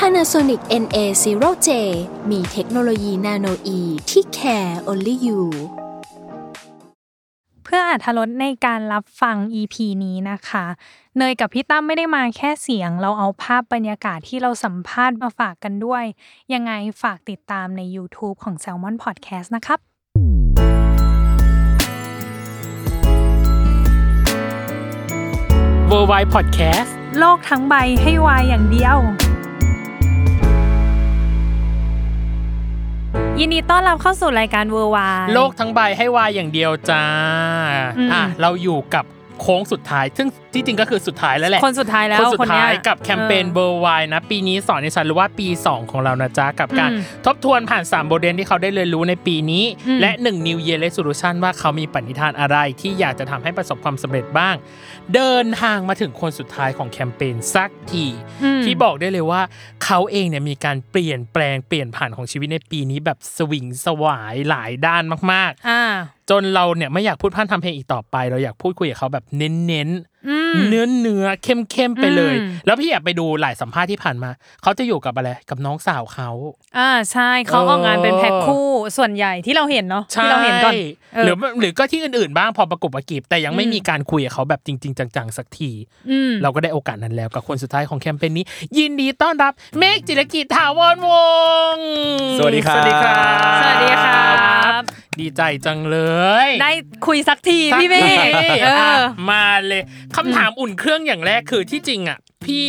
Panasonic NA0J มีเทคโนโลยีนาโนอีที่ care only you เพื่ออาธรตในการรับฟัง EP นี้นะคะ เนยกับพี่ตั้มไม่ได้มาแค่เสียง เราเอาภาพบรรยากาศที่เราสัมภาษณ์มาฝากกันด้วย ยังไงฝากติดตามใน YouTube ของ Salmon Podcast นะครับ w o r l d w i d e Podcast โลกทั้งใบให้วายอย่างเดียว ยินดีต้อนรับเข้าสู่รายการเวอร์วาย โลกทั้งใบให้วายอย่างเดียวจ้า อืม อ่ะเราอยู่กับโค้งสุดท้าย ซึ่งที่จริงก็คือสุดท้ายแล้วแหละ คนสุดท้ายแล้ว คนสุดท้าย เ กับแคมเปญ ออ เบอร์วายนะ ปีนี้สอนในฉันรู้ว่าปี 2 ของเรานะจ๊ะ กับการ อืม ทบทวนผ่าน 3 บทเรียนที่เขาได้เรียนรู้ในปีนี้ อืม และ 1 New Year Resolution ว่าเขามีปณิธานอะไรที่อยากจะทำให้ประสบความสำเร็จบ้าง เดินทางมาถึงคนสุดท้ายของแคมเปญสักที ม ที่บอกได้เลยว่าเขาเองเนี่ยมีการเปลี่ยนแปลงเปลี่ยนผ่านของชีวิตในปีนี้แบบสวิงสวายหลายด้านมาก อ่า ๆ จนเราเนี่ยไม่อยากพูดพร่ำทำเพลงอีกต่อไป เราอยากพูดคุยกับเขาแบบเน้นๆ อืม เนื้อเนื้อเข้มเข้มๆไปเลย อืม แล้วพี่อยากไปดูหลายสัมภาษณ์ที่ผ่านมา เขาจะอยู่กับอะไรกับน้องสาวเขา อ่าใช่เขาออกงานเป็นแพ็คคู่ส่วนใหญ่ที่เราเห็นเนาะที่เราเห็นก่อน ใช่ เออ หรือหรือก็ที่อื่นๆบ้างพอประกบประกีบแต่ยังไม่ อืม มีการคุยกับเขาแบบจริง ๆ จังๆสักที อืม เราก็ได้โอกาสนั้นแล้วกับคนสุดท้ายของแคมเปญนี้ ยินดีต้อนรับเมฆจิรกิจถาวรวงศ์ สวัสดีครับ สวัสดีครับ สวัสดีครับ ดีใจจังเลย ได้คุยสักทีพี่เมฆ สักที เออ ะมาเลยคำถามอุ่นเครื่องอย่างแรกคือที่จริงอ่ะ พี่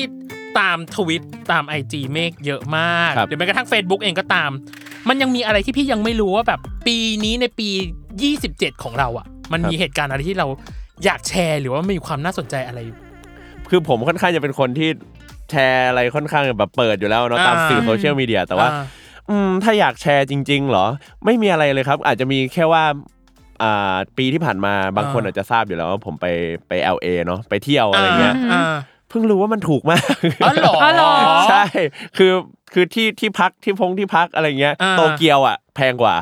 ตามทวิตตามไอจีเมฆเยอะมาก ครับ หรือแม้กระทั่ง Facebook เองก็ตาม มันยังมีอะไรที่พี่ยังไม่รู้ว่าแบบปีนี้ในปี 27 ของเราอ่ะ มันมีเหตุการณ์อะไรที่เราอยากแชร์หรือว่ามีความน่าสนใจอะไรอยู่ คือผมค่อนข้างจะเป็นคนที่แชร์อะไรค่อนข้างแบบเปิดอยู่แล้วเนาะตาม อ่า สื่อโซเชียลมีเดียแต่ว่า อ่ อืมถ้าอยากแชร์จริง ๆ เหรอ ไม่มีอะไรเลยครับ อาจจะมีแค่ว่าอ่าปีที่ผ่านมาบางคน อ่า อาจจะทราบอยู่แล้วว่าผมไปไป LA เนาะไปเที่ยวอะไรเงี้ย อ่า อ่า เพิ่งรู้ว่ามันถูกมาก อ๋อเหรอ อ๋อเหรอ ใช่ คือคือที่ที่พักที่พงที่พักอะไรเงี้ย อ่า โตเกียวอ่ะแพงกว่า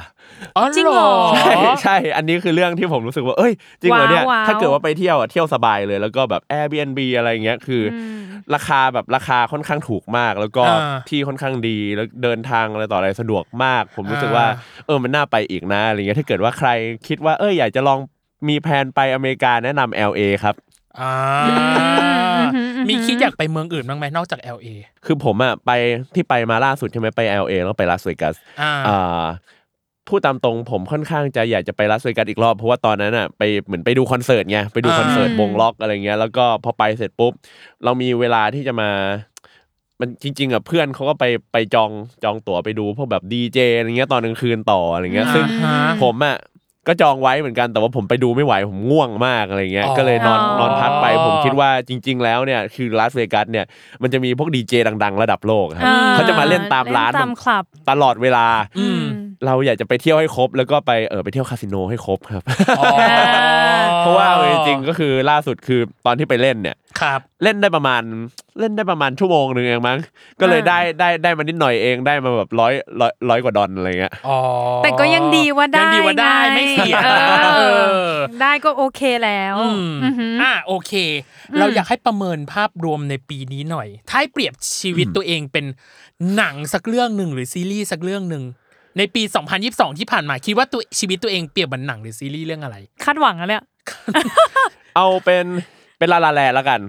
อ๋อ จริงเหรอ ใช่ใช่ อันนี้คือเรื่องที่ผมรู้สึกว่า เอ้ย จริงเหรอเนี่ย ว้าวๆ ถ้าเกิดว่าไปเที่ยวอะเที่ยวสบายเลย แล้วก็แบบ Airbnb อะไรเงี้ย คืออ ม ราคาแบบราคาค่อนข้างถูกมาก แล้วก็ อ่า ที่ค่อนข้างดี แล้วเดินทางอะไรต่ออะไรสะดวกมาก ผมรู้สึกว่า อ่ เออ มันน่าไปอีกนะ อะไรเงี้ย ถ้าเกิดว่าใครคิดว่า เอ้ย อยากจะลองมีแผนไปอเมริกาแนะนำ LA ครับ อ่า อืม มีคิดอยากไปเมืองอื่นบ้างไหมนอกจาก LA คือผมอะไปที่ไปมาล่าสุดใช่ไหมไป LA แล้วไปลาสเวกัส อ่า อ่าพูดตามตรงผมค่อนข้างจะอยากจะไปลาสเวกัสอีกรอบเพราะว่าตอนนั้นอ่ะไปเหมือนไปดูคอนเสิร์ตไงไปดู อ่า คอนเสิร์ต อืม วงล็อกอะไรเงี้ยแล้วก็พอไปเสร็จปุ๊บ เรามีเวลาที่จะมา มันจริง ๆอ่ะเพื่อนเขาก็ไปไปจองจองตั๋วไปดูพวกแบบดีเจอะไรเงี้ยตอนกลางคืนต่ออะไรเงี้ยซึ่ง อ่าฮะ ผมอ่ะก็จองไว้เหมือนกันแต่ว่าผมไปดูไม่ไหวผมง่วงมากอะไรเงี้ย อ๋อ ก็เลยนอนนอนพักไปผมคิดว่าจริง ๆ แล้วเนี่ยคือลาสเวกัสเนี่ยมันจะมีพวกดีเจดัง ๆ ระดับโลกครับ อ่ เขาจะมาเล่นตามร้าน เล่ตามคลับ ตลอดเวลา อืม เราอยากจะไปเที่ยวให้ครบ แล้วก็ไปเออไปเที่ยวคาสิโนให้ครบครับ อ๋อ เพราะว่าเอาจริงๆก็คือล่าสุดคือตอนที่ไปเล่นเนี่ย ครับ เล่นได้ประมาณเล่นได้ประมาณชั่วโมงหนึ่งเองมั้งก็เลย อ่า ได้ได้ได้มานิดหน่อยเองได้มาแบบร้อยร้อยร้อยกว่าดอลอะไรเงี้ย อ๋อ แต่ก็ยังดีว่าได้ ยังดีว่าได้ ง ไม่เสีย เออ เออ ได้ก็โอเคแล้ว อืม อือหือ อ่าโอเค อืม เราอยากให้ประเมินภาพรวมในปีนี้หน่อย ถ้าให้เปรียบชีวิตตัวเองเป็นหนังสักเรื่องหนึ่งหรือซีรีส์สักเรื่องหนึ่งในปี 2022 ที่ผ่านมาคิดว่าตัวชีวิตตัวเองเปรียบเหมือนหนังหรือซีรีส์เรื่องอะไร คาดหวังแล้วเนี่ย เอาเป็นเป็นลาลาแลแล้วกัน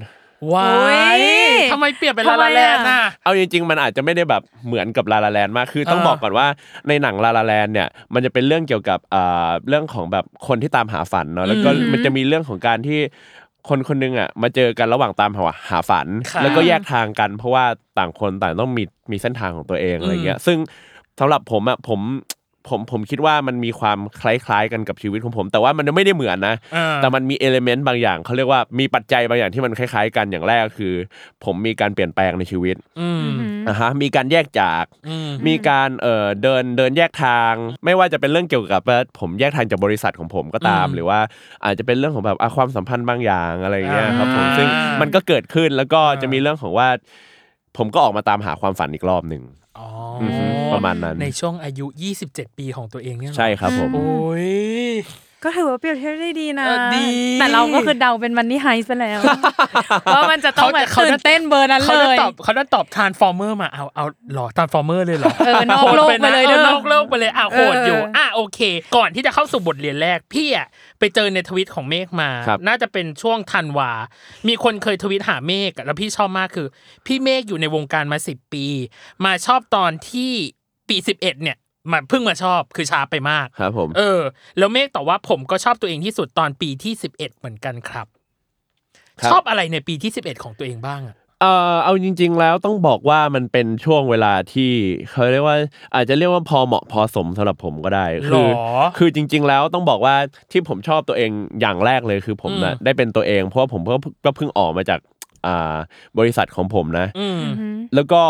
ว้าย โอ้ย ทำไมเปลี่ยนเป็น ทำ ลา ไม ลาแลน อะ ด์น่ะ เอาจริงๆ มันอาจจะไม่ได้แบบเหมือนกับลาลาแลนมากคือต้อง อ่า บอกก่อนว่าในหนังลาลาแลนเนี่ยมันจะเป็นเรื่องเกี่ยวกับอ่าเรื่องของแบบคนที่ตามหาฝันเนาะแล้วก็ อืม มันจะมีเรื่องของการที่คนคนหนึงอ่ะมาเจอกันระหว่างตามหาหาฝัน ค่ะ แล้วก็แยกทางกันเพราะว่าต่างคนต่างต้องมีมีเส้นทางของตัวเองอะไรเงี้ยซึ่งสำหรับผมอ่ะผม ผมผมคิดว่ามันมีความคล้ายๆกันกับชีวิตของผม แต่ว่ามันไม่ได้เหมือนนะ อ่า แต่มันมีเอลเมนต์บางอย่างเขาเรียกว่ามีปัจจัยบางอย่างที่มันคล้ายๆ กันอย่างแรกคือ ผมมีการเปลี่ยนแปลงในชีวิต อืม นะฮะมีการแยกจาก อืม มีการเอ่อเดินเดินแยกทาง ไม่ว่าจะเป็นเรื่องเกี่ยวกับว่าผมแยกทางจากบริษัทของผมก็ตาม อืม หรือว่าอาจจะเป็นเรื่องของแบบอ่ะความสัมพันธ์บางอย่างอะไรอย่างเงี้ยครับผม อ่า ซึ่งมันก็เกิดขึ้นแล้วก็ อ่า จะมีเรื่องของว่า ผมก็ออกมาตามหาความฝันอีกรอบหนึ่ง อ๋อ มฮึประมาณนั้น ในช่วงอายุ 27 ปีของตัวเองเนี่ยเหรอ ใช่ครับผม โอ้ย ก็ถือว่าเปรียบเทียบได้ดีนะ เออดี แต่เราก็คือเดาเป็นมันนี่ไฮส์ไป แล้วว่ามันจะต้องแบบ เขา ตื่ จะ นเต้นเบอร์นั้น เขา เล ได้ ย ตอบเขาได้ตอบทานฟอร์เมอร์มาเอาเอาหรอทานฟอร์เมอร์เลยเหรอ เออนอกโลก โหดนะ ไปเลย เอ เด้ อ อน อกโลกไปเลยอ่ะโหดอยู่ เอออ่ อ่ะโอเค ก่อนที่จะเข้าสู่บทเรียนแรกพี่อ่ะไปเจอในทวิตของเมฆมา น่าจะเป็นช่วงธันวา มีคนเคยทวิตหาเมฆอะแล้วพี่ชอบมากคือ พี่เมฆอยู่ในวงการมาสิบปี มาชอบตอนที่ปีสิบเอ็ดเนี่ยมาเพิ่งมาชอบคือช้าไปมาก ครับผม เออ แล้วเมฆตอบว่าผมก็ชอบตัวเองที่สุดตอนปีที่สิบเอ็ดเหมือนกันครับ ครับ ชอบอะไรในปีที่สิบเอ็ดของตัวเองบ้างอะ เอ่อเอาจริง ๆ แล้วต้องบอกว่ามันเป็นช่วงเวลาที่เขาเรียกว่าอาจจะเรียกว่าพอเหมาะพอสมสำหรับผมก็ได้คื หรอ คือจริง ๆ แล้วต้องบอกว่าที่ผมชอบตัวเองอย่างแรกเลยคือผมนะ อืม ได้เป็นตัวเอง เพราะว่าผมก็ก็เพิ่งออกมาจากอ่าบริษัทของผมนะ อืม แล้วก็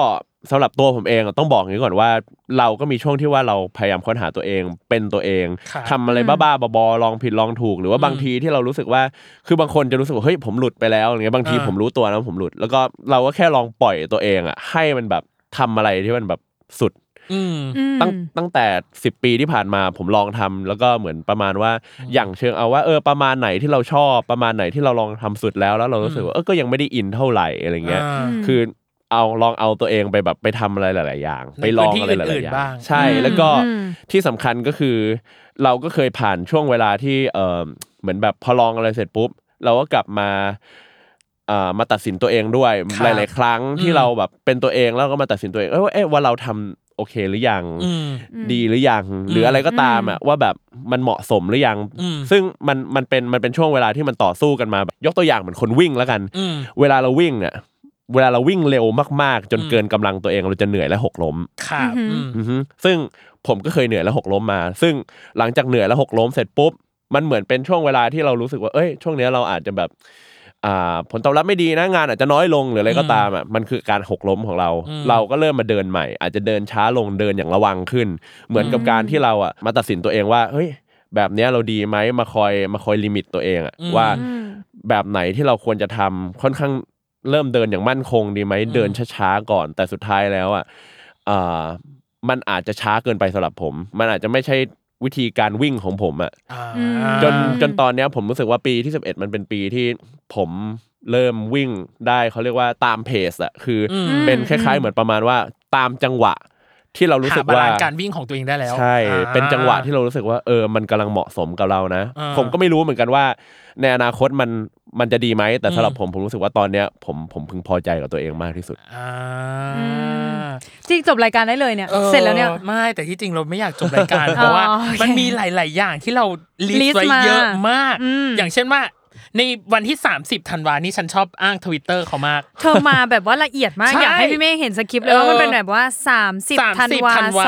สำหรับตัวผมเองอะต้องบอกอย่างนี้ก่อนว่า เราก็มีช่วงที่ว่าเราพยายามค้นหาตัวเองเป็นตัวเอง ครับ ทำอะไรบ้าๆบอๆลองผิดลองถูก หรือว่าบาง อืม ทีที่เรารู้สึกว่าคือบางคนจะรู้สึกว่าเฮ้ยผมหลุดไปแล้วอย่างเงี้ยบางที อ่า ผมรู้ตัวแล้วผมหลุด แล้วก็เราก็แค่ลองปล่อยตัวเองอ่ะให้มันแบบทำอะไรที่มันแบบสุด อืม ตั้งตั้งแต่ 10 ปีที่ผ่านมาผมลองทำแล้วก็เหมือนประมาณว่าอย่างเชิงเอาว่าเออประมาณไหนที่เราชอบประมาณไหนที่เราลองทำสุดแล้วแล้วเรารู้สึกว่าเออก็ยังไม่ได้อินเท่าไหร่อะไรเงี้ย อ่า คือเอาลองเอาตัวเองไปแบบไปทำอะไรหลาย ๆ อย่าง ใน ไปลองอะไรห พื้นที่ ลาย ๆ อ อื่ ย่าน ๆบ้าง งใช่ อืม แล้วก็ อืม ที่สำคัญก็คือ เราก็เคยผ่านช่วงเวลาที่เออเหมือนแบบพอลองอะไรเสร็จปุ๊บ เราก็กลับมาเอ่อมาตัดสินตัวเองด้วย ครับ หลาย ๆ ครั้งที่ อืม เราแบบเป็นตัวเองแล้วก็มาตัดสินตัวเองเอ้ยว่าเอ๊ะว่าเราทำโอเคหรือยัง อืม ดีหรือยังหรืออะไรก็ตามอ่ะว่าแบบมันเหมาะสมหรือยัง อืม ซึ่งมันมันเป็นมันเป็นช่วงเวลาที่มันต่อสู้กันมาแบบยกตัวอย่างเหมือนคนวิ่งแล้วกัน อืม เวลาเราวิ่งเนี่ยเวลาเราวิ่งเร็วมากๆ จน อืม เกินกำลังตัวเองเราจะเหนื่อยและหกล้ม ครับ อื อื ม ม อือฮึซึ่งผมก็เคยเหนื่อยและหกล้มมา ซึ่งหลังจากเหนื่อยและหกล้มเสร็จปุ๊บ มันเหมือนเป็นช่วงเวลาที่เรารู้สึกว่าเอ้ยช่วงเนี้ยเราอาจจะแบบอ่าผลตอบรับไม่ดีนะงานอาจจะน้อยลงหรืออะไรก็ตามอ่ะมันคือการหกล้มของเรา อืม เราก็เริ่มมาเดินใหม่ อาจจะเดินช้าลงเดินอย่างระวังขึ้น เหมือนกับการที่เราอ่ะมาตัดสินตัวเองว่าเฮ้ยแบบเนี้ยเราดีไหมมาคอยมาคอยลิมิตตัวเองอ่ะว่า แบบไหนที่เราควรจะทำค่อนข้างเริ่มเดินอย่างมั่นคงดีไหม อืม เดินช้าๆก่อน แต่สุดท้ายแล้วอ่ะเอ่อมันอาจจะช้าเกินไปสำหรับผม มันอาจจะไม่ใช่วิธีการวิ่งของผมอ่ะ อ่า จน อืม จนตอนเนี้ยผมรู้สึกว่าปีที่ 11 มันเป็นปีที่ผมเริ่มวิ่งได้เขาเรียกว่าตามเพจอ่ะคืออ อืม เป็นคล้าย ๆ เหมือนประมาณว่าตามจังหวะที่เรารู้สึก หบ ว่า ลนซ์การวิ่งของตัวเองได้แล้ว ใช่ อ่า เป็นจังหวะที่เรารู้สึกว่าเออ มันกำลังเหมาะสมกับเรานะ อ่า ผมก็ไม่รู้เหมือนกันว่า ในอนาคตมันมันจะดีไหม แต่สำหรับ อืม ผมผมรู้สึกว่าตอนเนี้ยผมผมพึงพอใจกับตัวเองมากที่สุด อ่า จริงจบรายการได้เลยเนี่ย ออ เสร็จแล้วเนี่ย ไม่แต่ที่จริงเราไม่อยากจบรายการ เพราะว่า อ๋อโอเค มันมีหลาย ๆ อย่างที่เราลิส list ต์ไว้เยอะมาก อืม อย่างเช่นว่า ในวันที่ 30ธันวานี่ฉันชอบอ้างทวิตเตอร์เขามาก เธอมาแบบว่าละเอียดมาก ใช่ อยากให้พี่เมฆเห็นสคริปต์เลย เออ ว่ามันเป็นแบบว่า 30 30 ธันวา ธันวา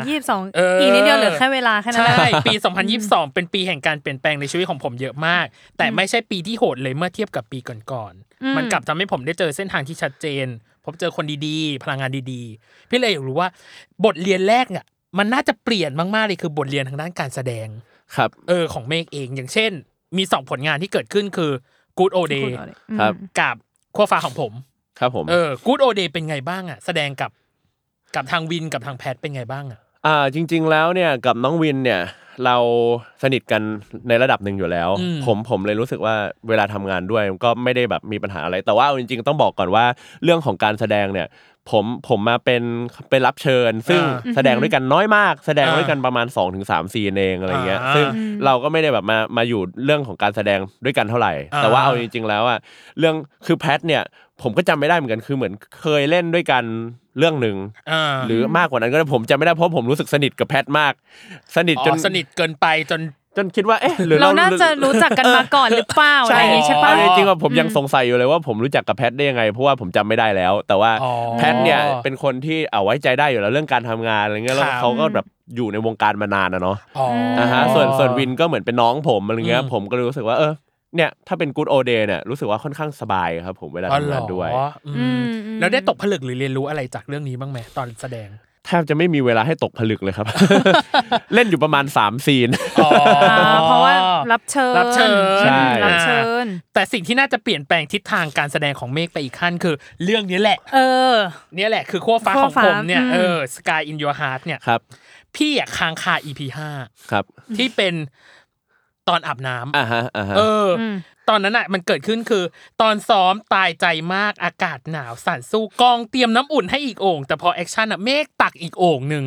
2022 เอออี อีกนิดเดียวเหลือแค่เวลาแค่นั้นแห ใช่ ละ ปี 2022 เป็นปีแห่งการเปลี่ยนแปลงในชีวิตของผมเยอะมาก แต่ไม่ใช่ปีที่โหดเลยเมื่อเทียบกับปีก่อน อืม ๆ มันกลับทำให้ผมได้เจอเส้นทางที่ชัดเจน ผมเจอคนดีๆ พลังงานดีๆ พี่เลยอยากรู้ว่าบทเรียนแรกเนี่ยมันน่าจะเปลี่ยนมากๆเลยคือบทเรียนทางด้านการแสดง ครับ เออของเมฆเอง อย่างเช่น มีสองผลงานที่เกิดขึ้นคือ Good O Day ครับ กับขั้วฟ้าของผม ครับผม เออ Good O Day เป็นไงบ้างอะแสดงกับกับทางวินกับทางแพทเป็นไงบ้างอะ อ่าจริง ๆ แล้วเนี่ยกับน้องวินเนี่ยเราสนิทกันในระดับหนึ่งอยู่แล้ว อืม ผมผมเลยรู้สึกว่าเวลาทำงานด้วยก็ไม่ได้แบบมีปัญหาอะไรแต่ว่าเอาจริง ๆ ต้องบอกก่อนว่าเรื่องของการแสดงเนี่ยผมผมมาเป็นเป็นรับเชิญ ซึ่ง อ่า แสดงด้วยกันน้อยมาก แสดง อ่า ด้วยกันประมาณ 2-3ถึงสามซีนเองอะไรเงี้ย อ่า ซึ่งเราก็ไม่ได้แบบมามาอยู่เรื่องของการแสดงด้วยกันเท่าไหร่ อ่า แต่ว่าเอาจริง ๆ แล้วอ่ะเรื่องคือแพทเนี่ยผมก็จำไม่ได้เหมือนกันคือเหมือนเคยเล่นด้วยกันเรื่องหนึ่ง อ่า หรือมากกว่านั้นก็ได้ผมจำไม่ได้เพราะผมรู้สึกสนิทกับแพทมาก สนิท อ๋อ จน สนิทเกินไปจน จนคิดว่าเอ๊ะหรือ เรา เรา น่าจะรู้จักกันมาก่อนหรือเปล่าอะไรอย่างงี้ใช่ปะ เออจริงๆว่าผมยังสงสัยอยู่เลยว่าผมรู้จักกับแพทได้ยังไง เพราะว่าผมจำไม่ได้แล้ว แต่ว่า อ๋อ แพทเนี่ยเป็นคนที่เอาไว้ใจได้อยู่แล้วเรื่องการทำงานอะไรเงี้ยแล้ว ครับ เขาก็แบบอยู่ในวงการมานานนะเนาะ อ๋ออ อ่าฮะส่วนส่วนวินก็เหมือนเป็นน้องผมอะไรเงี้ย อืม ผมก็เลยรู้สึกว่าเออเนี่ยถ้าเป็นกู o โอเดย์เนี่ยรู้สึกว่าค่อนข้างสบายครับผมเวลา อ๋อเหรงทำา อน ด้วย อื อื ม มอืม แล้วได้ตกผลึกหรือเรียนรู้อะไรจากเรื่องนี้บ้างไหมตอนแสดง แทบจะไม่มีเวลาให้ตกผลึกเลย ครับ เล่นอยู่ประมาณ3ซีน อ่าเพราะว่ารับเชิญ รับเชิญ ใช่ รับเชิญ แต่สิ่งที่น่าจะเปลี่ยนแปลงทิศทางการแสดงของเมฆไปอีกขั้นคือ เรื่องนี้แหละ เออ เนี่ยแหละคือขั้วฟ้า ขั้วของ ฟ้า ผมเนี่ย อืม เออ Sky in Your Heart เนี่ย ครับ พี่อะค้างคา EP ห้า ครับ ที่เป็นตอนอาบน้ำ อ่าฮะอ่าฮะ เอออ อืม ตอนนั้นอ่ะมันเกิดขึ้นคือ ตอนซ้อมตายใจมากอากาศหนาวสั่นสู้กองเตรียมน้ำอุ่นให้อีกโอ่งแต่พอแอคชั่นอ่ะเมฆตักอีกโอ่ง หนึ่ง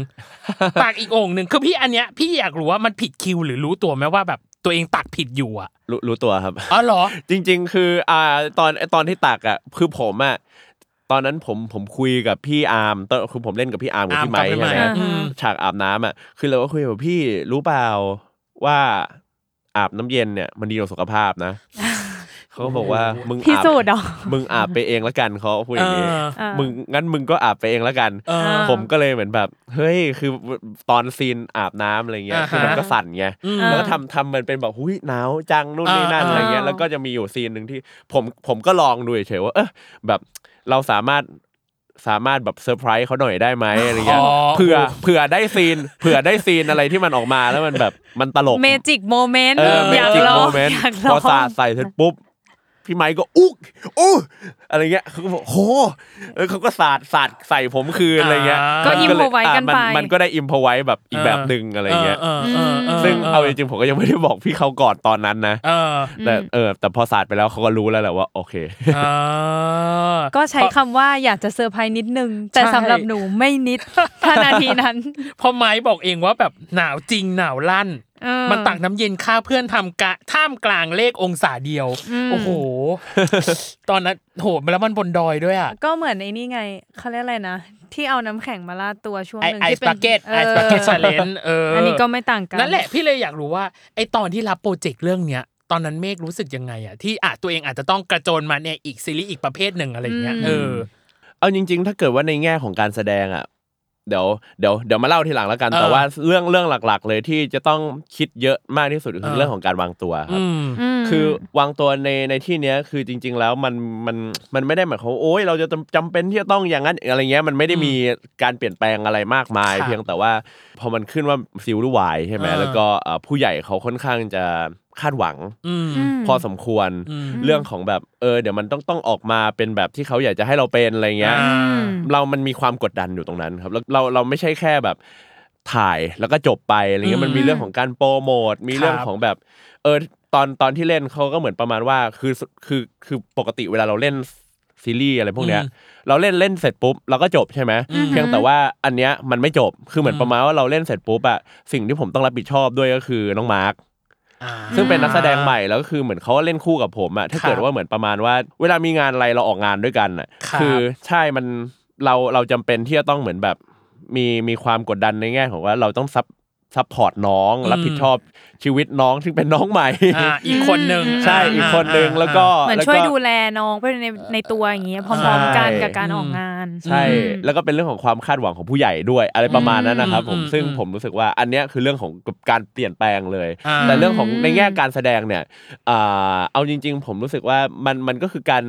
ตักอีกโอ่งหนึ่งคือพี่อันเนี้ยพี่อยากรู้ว่ามันผิดคิวหรือรู้ตัวไหมว่าแบบตัวเองตักผิดอยู่อ่ะ รู้รู้ตัวครับ อ๋อเหรอ จริง ๆ คืออ่าตอนไอ้ตอนที่ตักอ่ะคือผมอ่ะตอนนั้นผมผมคุยกับพี่อาร์มตอนคือผมเล่นกับพี่อาร์มกับพี่ไม้ อาร์มกับพี่ ใช่ไหม ไมค์ อ่า อืม ฉากอาบน้ำอ่ะคือเราก็คุยกับพี่รู้เปล่าว่าอาบน้ำเย็นเนี่ยมันดีต่อสุขภาพ นะ เขาก็บอกว่ามึง พิ อาบ สูจน์เหรอ มึงอาบไปเองละกันเขาพูดอย่างนี้ เออ เออ มึงงั้นมึงก็อาบไปเองละกัน เออ ผมก็เลยเหมือนแบบ เฮ้ยคือตอนซีนอาบน้ำอะไรเงี้ย อ่าฮะ คือมันก็สั่นไง อืม เออ แล้วก็ทำทำมันเป็นแบบหุยหนาวจังนู่นนี่นั่น อ่า อะไรเงี้ย อ่า แล้วก็จะมีอยู่ซีนหนึ่งที่ผมผมก็ลองดูเฉยๆว่าเออแบบเราสามารถสามารถแบบเซอร์ไพรส์เขาหน่อยได้ไหมอะไรเงี้ย อ๋อ เผื่อเผื่อได้ซีน เผื่อได้ซีนอะไรที่มันออกมาแล้วมันแบบมันตลก เมจิกโมเมนต์ เออเม อยาก จิก ลอ โม ง เมนต์ อยากล พ อ อง สาดใส่เสร็จปุ๊บพี่ไมค์ก็อุ๊กอู้อะไรเงี้ยเขาก็บอกโหเออเขาก็สาดสาดใส่ผมคืนอะไรเงี้ย ก็ นเลย อิมโพรไวส์กัน อ่ะมั ไป มันก็ได้อิมพอไว้แบบอีกแบบหนึ่งอะไรเงี้ย ออเออ ซึ่งเอาจริงๆผมก็ยังไม่ได้บอกพี่เขาก่อนตอนนั้นนะ เออ แต่เออแต่พอสาดไปแล้วเขาก็รู้แล้วแหละว่า โอเค เออ ก็ใช้คำว่าอยากจะเซอร์ไพรส์นิดนึง แต่ ใช่ สำหรับหนูไม่นิ ดถ้านาทีนั้น เพอไม้บอกเองว่าแบบหนาวจริงหนาวลั่น เออ มันตักน้ำเย็นฆ่าเพื่อนทำกะท่ามกลางเลของศาเดียว อืม โอ้โห ตอนนั้นโหแล้วมันบนดอยด้วยอ่ะ ก็เหมือนไอ้นี่ไงเขาเรียกอะไรนะ ที่เอาน้ำแข็งมาลาดตัวช่วง ไอ หนึ่ง ไอ ที่ สปาเกตไอสปาเกตชาเลนเออ อั อั นนี้ก็ไม่ต่างกัน นั่นแหละพี่เลยอยากรู้ว่าไอตอนที่รับโปรเจกต์เรื่องเนี้ย ตอนนั้นเมฆรู้สึกยังไงอ่ะที่อาจตัวเองอาจจะต้องกระโจนมาในอีกซีรีส์อีกประเภทหนึ่งอะไรอย่างเงี้ย อืม เออ เอาจริง ๆ ถ้าเกิดว่าในแง่ของการแสดงอ่ะเดี๋ยวเดี๋ยวเดี๋ยวมาเล่าทีหลังแล้วกัน เออ แต่ว่าเรื่องเรื่องหลักๆ เลยที่จะต้องคิดเยอะมากที่สุด เอ คือ อ เรื่องของการวางตัวครับ อืม ม คือวางตัวในในที่เนี้ยคือจริง ๆ แล้วมันมันมันไม่ได้หมายความว่าโอ๊ยเราจะจำจำเป็นที่จะต้องอย่างนั้นอะไรเงี้ยมันไม่ได้มีการเปลี่ยนแปลงอะไรมากมาย ค่ะ เพียงแต่ว่าพอมันขึ้นว่าซิลหรือวายใช่ไหม เออ แล้วก็เอ่อผู้ใหญ่เขาค่อนข้างจะคาดหวัง อืม พอสมควร อืม เรื่องของแบบเออเดี๋ยวมันต้องต้องออกมาเป็นแบบที่เขาอยากจะให้เราเป็นอะไรเงี้ย อ่า เรามันมีความกดดันอยู่ตรงนั้นครับแล้วเราเราไม่ใช่แค่แบบถ่ายแล้วก็จบไปอะไรเงี้ยอืม มันมีเรื่องของการโปรโมทมีเรื่อง ครับ ของแบบเออตอนตอนที่เล่นเขาก็เหมือนประมาณว่าคือคือคือปกติเวลาเราเล่นซีรีส์อะไรพวกเนี้ย อืม เราเล่นเล่นเสร็จปุ๊บเราก็จบใช่ไหม อืม เพียงแต่ว่าอันเนี้ยมันไม่จบคือเหมือนประมาณว่าเราเล่นเสร็จปุ๊บอะสิ่งที่ผมต้องรับผิดชอบด้วยก็คือน้องมาร์ค อ่า ซึ่งเป็นนักแสดงใหม่แล้วก็คือเหมือนเขาก็เล่นคู่กับผมอะถ้า ครับ เกิดว่าเหมือนประมาณว่า เวลามีงานอะไรเราออกงานด้วยกันอะ ครับ คือใช่มันเราเราจำเป็นที่จะต้องเหมือนแบบมีมีความกดดันในแง่ของว่าเราต้องซับซับพอร์ตน้อง อืม รับผิดชอบชีวิตน้องซึ่งเป็นน้องใหม่ อ่า อีกคนนึง อืม ใช่อีกคนนึงแล้วก็ เหมือน แล้ว ช่วย ก็ ดูแลน้องไปในในตัวอย่างเงี้ยพร้อมๆกันกับการออกงาน ใช่ อืม แล้วก็เป็นเรื่องของความคาดหวังของผู้ใหญ่ด้วย อะไรประมาณนั้นนะครับผม อืม ซึ่ง อืม ผมรู้สึกว่าอันเนี้ยคือเรื่องของการเปลี่ยนแปลงเลย อ่า แต่เรื่องของในแง่การแสดงเนี่ยอ่าเอาจริง ๆ ผมรู้สึกว่ามันมันก็คือการ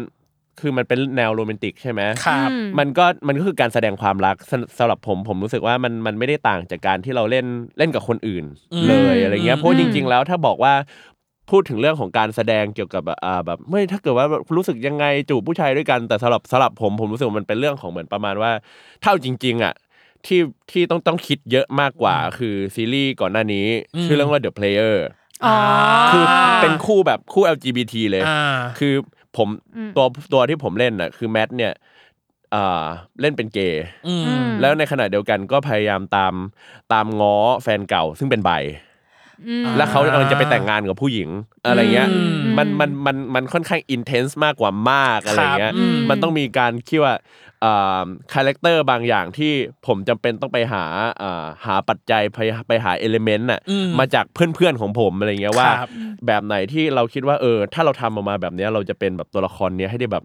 คือมันเป็นแนวโรแมนติกใช่ไหม ครับ มันก็มันก็คือการแสดงความรักสำสำหรับผมผมรู้สึกว่ามันมันไม่ได้ต่างจากการที่เราเล่นเล่นกับคนอื่น อืม เลยอะไรเงี้ยเพ อื ราะ ม จริง ๆ แล้วถ้าบอกว่าพูดถึงเรื่องของการแสดงเกี่ยวกับอ่าแบบไม่ถ้าเกิดว่ารู้สึกยังไงจูบผู้ชายด้วยกันแต่สำหรับสำหรับผมผมรู้สึกว่ามันเป็นเรื่องของเหมือนประมาณว่า เท่าจริง ๆอ่ะที่ที่ต้องต้องคิดเยอะมากกว่า คือซีรีส์ก่อนหน้านี้ อืม ชื่อเรื่องว่า The Player อ๋อ คือเป็นคู่แบบคู่ LGBT เลย อ่า คือผม อืม ตัวตัวที่ผมเล่นน่ะคือแมทเนี่ยอ่าเล่นเป็นเกย์ อืม อืม แล้วในขณะเดียวกันก็พยายามตามตามง้อแฟนเก่าซึ่งเป็นไบ อืม แล้วเขากำลังจะไปแต่งงานกับผู้หญิงอะไรเงี้ย อืม มันมันมันมันค่อนข้างอินเทนส์มากกว่ามากอะไรเงี้ย ครับอืม มันต้องมีการคิดว่าคาแรคเตอร์บางอย่างที่ผมจำเป็นต้องไปหาอ่าหาปัจจัยไปไปหาเอลิเมนต์น่ะ อืม มาจากเพื่อนๆของผมอะไรเงี้ยว่า ครับ แบบไหนที่เราคิดว่าเออถ้าเราทำออกมาแบบเนี้ยเราจะเป็นแบบตัวละครเนี้ยให้ได้แบบ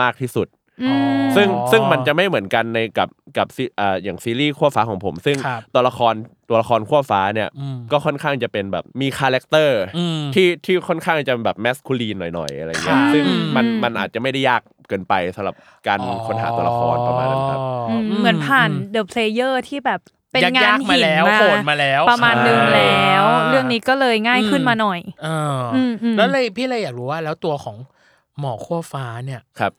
มากที่สุด อืม ซึ่ง อ๋อ ซึ่งมันจะไม่เหมือนกันในกับกับซีอ่าอย่างซีรีส์ขั้วฟ้าของผม ซึ่ง ครับ ตัวละครตัวละครขั้วฟ้าเนี่ย อืม ก็ค่อนข้างจะเป็นแบบมีคาแรคเตอร์ อืม ที่ที่ค่อนข้างจะแบบแมสคูลีนหน่อยๆอะไรเงี้ย ครับ ซึ่งมัน อืม มันอาจจะไม่ได้ยากเกินไปสำหรับการ อ๋อ ค้นหาตัวละครประมาณนั้นครับ อื อืมเหมือนผ่านเดอะเพลเยอร์ที่แบบเป็นงาน ยกๆ หิน แล้ว มา โหดมาแล้ว ประมาณหนึงแล้ว อ่า เรื่องนี้ก็เลยง่ายขึ้นมาหน่อย เอออ มอืม แล้วเลยพี่เลยอยากรู้ว่าแล้วตัวของหมอขั้วฟ้าเนี่ย ครับ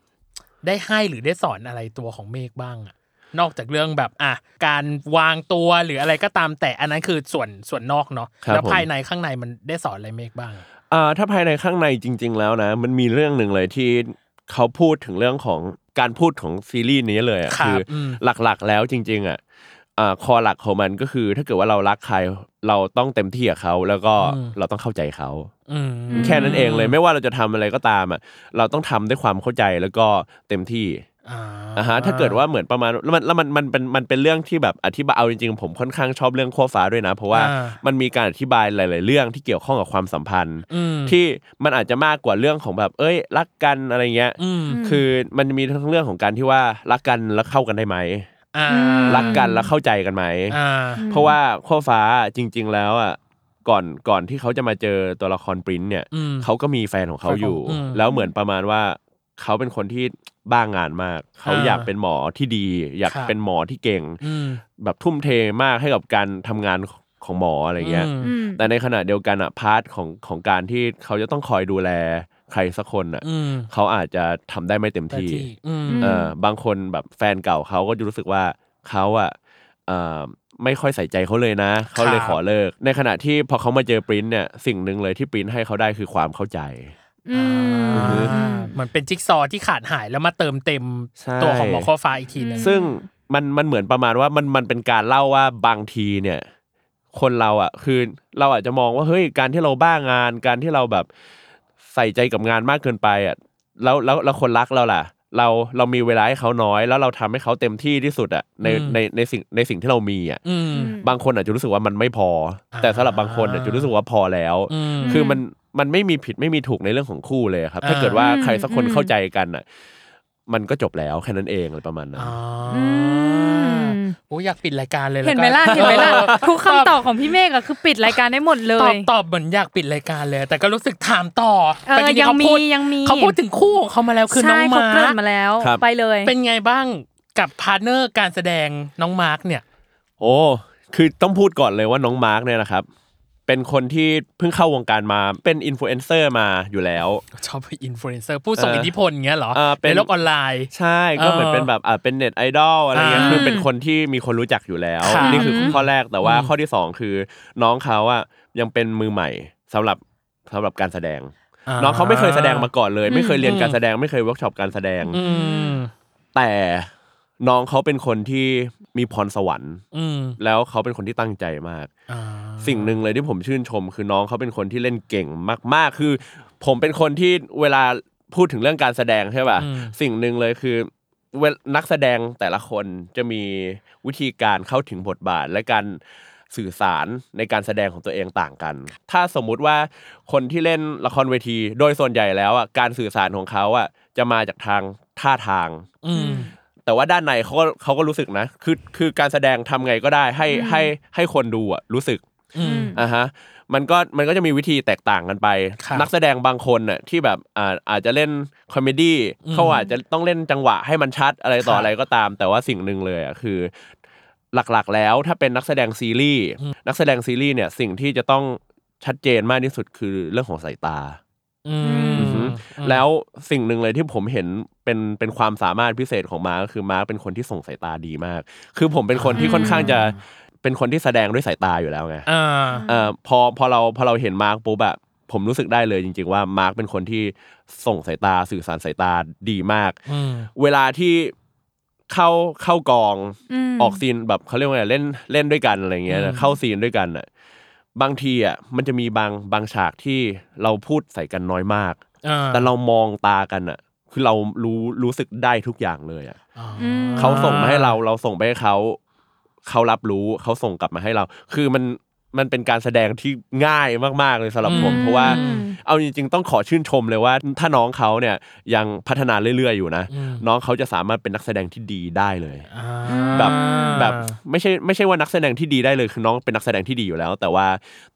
ได้ให้หรือได้สอนอะไรตัวของเมฆบ้างอะนอกจากเรื่องแบบอ่ะการวางตัวหรืออะไรก็ตามแต่อันนั้นคือส่วนส่วนนอกเนาะ ครับ แล้ว ผม ภายในข้างในมันได้สอนอะไรเมฆบ้างอะ อ่าถ้าภายในข้างในจริง ๆ แล้วนะ มันมีเรื่องหนึ่งเลยที่เขาพูดถึงเรื่องของการพูดของซีรีส์นี้เลยอะ รั คื บ อ ม หลักๆแล้วจริง ๆอ่ะอ่าคอหลักของมันก็คือ ถ้าเกิดว่าเรารักใครเราต้องเต็มที่กับเขาแล้วก็ อืม เราต้องเข้าใจเขา อืม แค่นั้นเองเลยไม่ว่าเราจะทำอะไรก็ตามอ่ะเราต้องทำด้วยความเข้าใจแล้วก็เต็มที่อ่าฮะถ้าเกิดว่าเหมือนประมาณแล้วมันแล้วมันมันเป็นมันเป็นเรื่องที่แบบอธิบายเอาจริงๆผมค่อนข้างชอบเรื่องขั้วฟ้าด้วยนะ เพราะว่า อ่ามั มันมีการอธิบายหลาย ๆ เรื่องที่เกี่ยวข้องกับความสัมพันธ์ อืม ที่มันอาจจะมากกว่าเรื่องของแบบ เอ้ย รักกันอะไรเงี้ย อืม คือมันจะมีทั้งเรื่องของการที่ว่ารักกันแล้วเข้ากันได้ไหม อ่า รักกันแล้วเข้าใจกันไหม อ่า เพราะว่าขั้วฟ้าจริง ๆ แล้วอ่ะก่อนก่อนที่เขาจะมาเจอตัวละครปริ้นเนี่ย อืม เขาก็มีแฟนของเขาอยู่ อืม แล้วเหมือนประมาณว่าเขาเป็นคนที่บ้างงานมาก เขา อ่า อยากเป็นหมอที่ดี อยาก ครับ เป็นหมอที่เก่ง อืม แบบทุ่มเทมากให้กับการทำงานของหมออะไรเงี้ย ม ม แต่ในขณะเดียวกันอะพาร์ทของของการที่เขาจะต้องคอยดูแลใครสักคนอะ อืม เขาอาจจะทำได้ไม่เต็ม แต่ ที่ ที่อืม เออบางคนแบบแฟนเก่าเขาก็จะรู้สึกว่าเขาอะเอ่อไม่ค่อยใส่ใจเขาเลยนะ เขาเลย ครับ ขอเลิก ในขณะที่พอเขามาเจอปริ้นท์เนี่ยสิ่งหนึ่งเลยที่ปริ้นท์ให้เขาได้คือความเข้าใจ อืม อ่าเหมือนเป็นจิ๊กซอว์ที่ขาดหายแล้วมาเติมเต็ม ใช่ ตัวของหมอข้อฟ้าอีกทีหนึง ซึ่งมันมันเหมือนประมาณว่ามันมันเป็นการเล่าว่าบางทีเนี่ย คนเราอ่ะคือเราอาจจะมองว่าเฮ้ยการที่เราบ้างาน การที่เราแบบใส่ใจกับงานมากเกินไปอ่ะแล้วแล้วแล้วคนรักเราล่ะ เราเรามีเวลาให้เขาน้อย แล้วเราทำให้เขาเต็มที่ที่สุดอ่ะใน อืม ในในสิ่งในสิ่งที่เรามีอ่ะ อืม บางคนอาจจะรู้สึกว่ามันไม่พอ แต่สำหรับบางคนอาจจะรู้สึกว่าพอแล้ว อืม คือมันมันไม่มีผิดไม่มีถูกในเรื่องของคู่เลยครับ อ่า ถ้าเกิดว่าใครสักคน อืม เข้าใจกันอ่ะ มันก็จบแล้วแค่นั้นเองอะไรประมาณนั้น อ๋ออ อืม โอ้ยอยากปิดรายการเลย เห็นไหม แวก็ ล่ะเห็นไหมล่ะ ออ ทุกคำตอบของพี่เมฆอะคือปิดรายการได้หมดเล ตอบ ย ตอบเหมือนอยากปิดรายการเลย แต่ก็รู้สึกถามต่อ เออ แต่จริๆ ยัง เขาพูด มียังมี เขาพูดถึงคู่ของเขามาแล้วคือน้ ใช่ อง เขา มา เกริ่น ร์ค มาแล้ว ครับ ไปเลย เป็นไงบ้างกับพาร์ทเนอร์การแสดงน้องมาร์คเนี่ย โอ้ คือต้องพูดก่อนเลยว่าน้องมาร์กเนี่ยนะครับ เป็นคนที่เพิ่งเข้าวงการมา เป็นอินฟลูเอนเซอร์มาอยู่แล้ว ชอบไปอินฟลูเอนเซอร์ผู้ส่ง เอออิ อิทธิพลอย่างเงี้ยเหรอ เออเป็น ในโลกออนไลน์ ใช่ ก็เหมือนเป็นแบบอ่าเป็นเน็ตไอดอลอะไรเงี้ย อ่า คือเป็นคนที่มีคนรู้จักอยู่แล้ว ค่ะ นี่คือข้อแรก แต่ว่า อืม ข้อที่สองคือน้องเขาอะยังเป็นมือใหม่สำหรับสำหรับการแสดง น้องเขาไม่เคยแสดงมาก่อนเลย ไม่เคยเรียนการแสดง ไม่เคยเวิร์กช็อปการแสดง อืม แต่น้องเขาเป็นคนที่มีพรสวรรค์ อืม แล้วเขาเป็นคนที่ตั้งใจมาก อ่า สิ่งหนึ่งเลยที่ผมชื่นชม คือน้องเขาเป็นคนที่เล่นเก่งมาก ๆ คือ ผมเป็นคนที่เวลาพูดถึงเรื่องการแสดงใช่ป่ะ อืม สิ่งหนึ่งเลยคือเวลนักแสดงแต่ละคนจะมีวิธีการเข้าถึงบทบาท และการสื่อสารในการแสดงของตัวเองต่างกัน ถ้าสมมุติว่าคนที่เล่นละครเวที โดยส่วนใหญ่แล้วอ่ะการสื่อสารของเขาอ่ะจะมาจากทางท่าทาง อืม แต่ว่าด้านในเขาก็เขาก็รู้สึกนะ คือคือการแสดงทำไงก็ได้ให้ให้ให้คนดูอ่ะรู้สึก อืม อ่าฮะมันก็มันก็จะมีวิธีแตกต่างกันไป ครับ นักแสดงบางคนน่ะที่แบบอ่าอาจจะเล่นคอมเมดี้ อืม เขาอาจจะต้องเล่นจังหวะให้มันชัดอะไรต่อ ครับ อะไรก็ตาม แต่ว่าสิ่งหนึ่งเลยอ่ะคือ หลักๆแล้วถ้าเป็นนักแสดงซีรีส์นักแสดงซีรีส์เนี่ยสิ่งที่จะต้องชัดเจนมากที่สุดคือเรื่องของสายตา อืม อือฮึแล้วสิ่งหนึ่งเลยที่ผมเห็นเป็นเป็นความสามารถพิเศษของมาร์คก็คือมาร์คเป็นคนที่ส่งสายตาดีมาก คือผมเป็นคนที่ค่อนข้างจะเป็นคนที่แสดงด้วยสายตาอยู่แล้วไง อ่า เอ่อพอพอเราพอเราเห็นมาร์คปุ๊บอะผมรู้สึกได้เลยจริง ๆ ว่ามาร์คเป็นคนที่ส่งสายตาสื่อสารสายตาดีมาก อืม เวลาที่เข้าเข้ากอง ม ออกซีนแบบเขาเรียกว่าไงเล่นเล่นด้วยกันอะไรเงี้ยนะเข้าซีนด้วยกันอะ บางทีอ่ะมันจะมีบางบางฉากที่เราพูดใส่กันน้อยมาก อ่ แต่เรามองตากันอ่ะ คือเรารู้รู้สึกได้ทุกอย่างเลยอ่ะ อ่า อืม เขาส่งมาให้เราเราส่งไปให้เขาเขารับรู้เขาส่งกลับมาให้เรา คือมันมันเป็นการแสดงที่ง่ายมากๆเลยสำหรับผม อืม เพราะว่า อืม เอาจริงๆต้องขอชื่นชมเลยว่า ถ้าน้องเขาเนี่ยยังพัฒนาเรื่อยๆอยู่นะ อืม น้องเขาจะสามารถเป็นนักแสดงที่ดีได้เลย อ่า แบบ แบบไม่ใช่ไม่ใช่ว่านักแสดงที่ดีได้เลยคือน้องเป็นนักแสดงที่ดีอยู่แล้ว แต่ว่า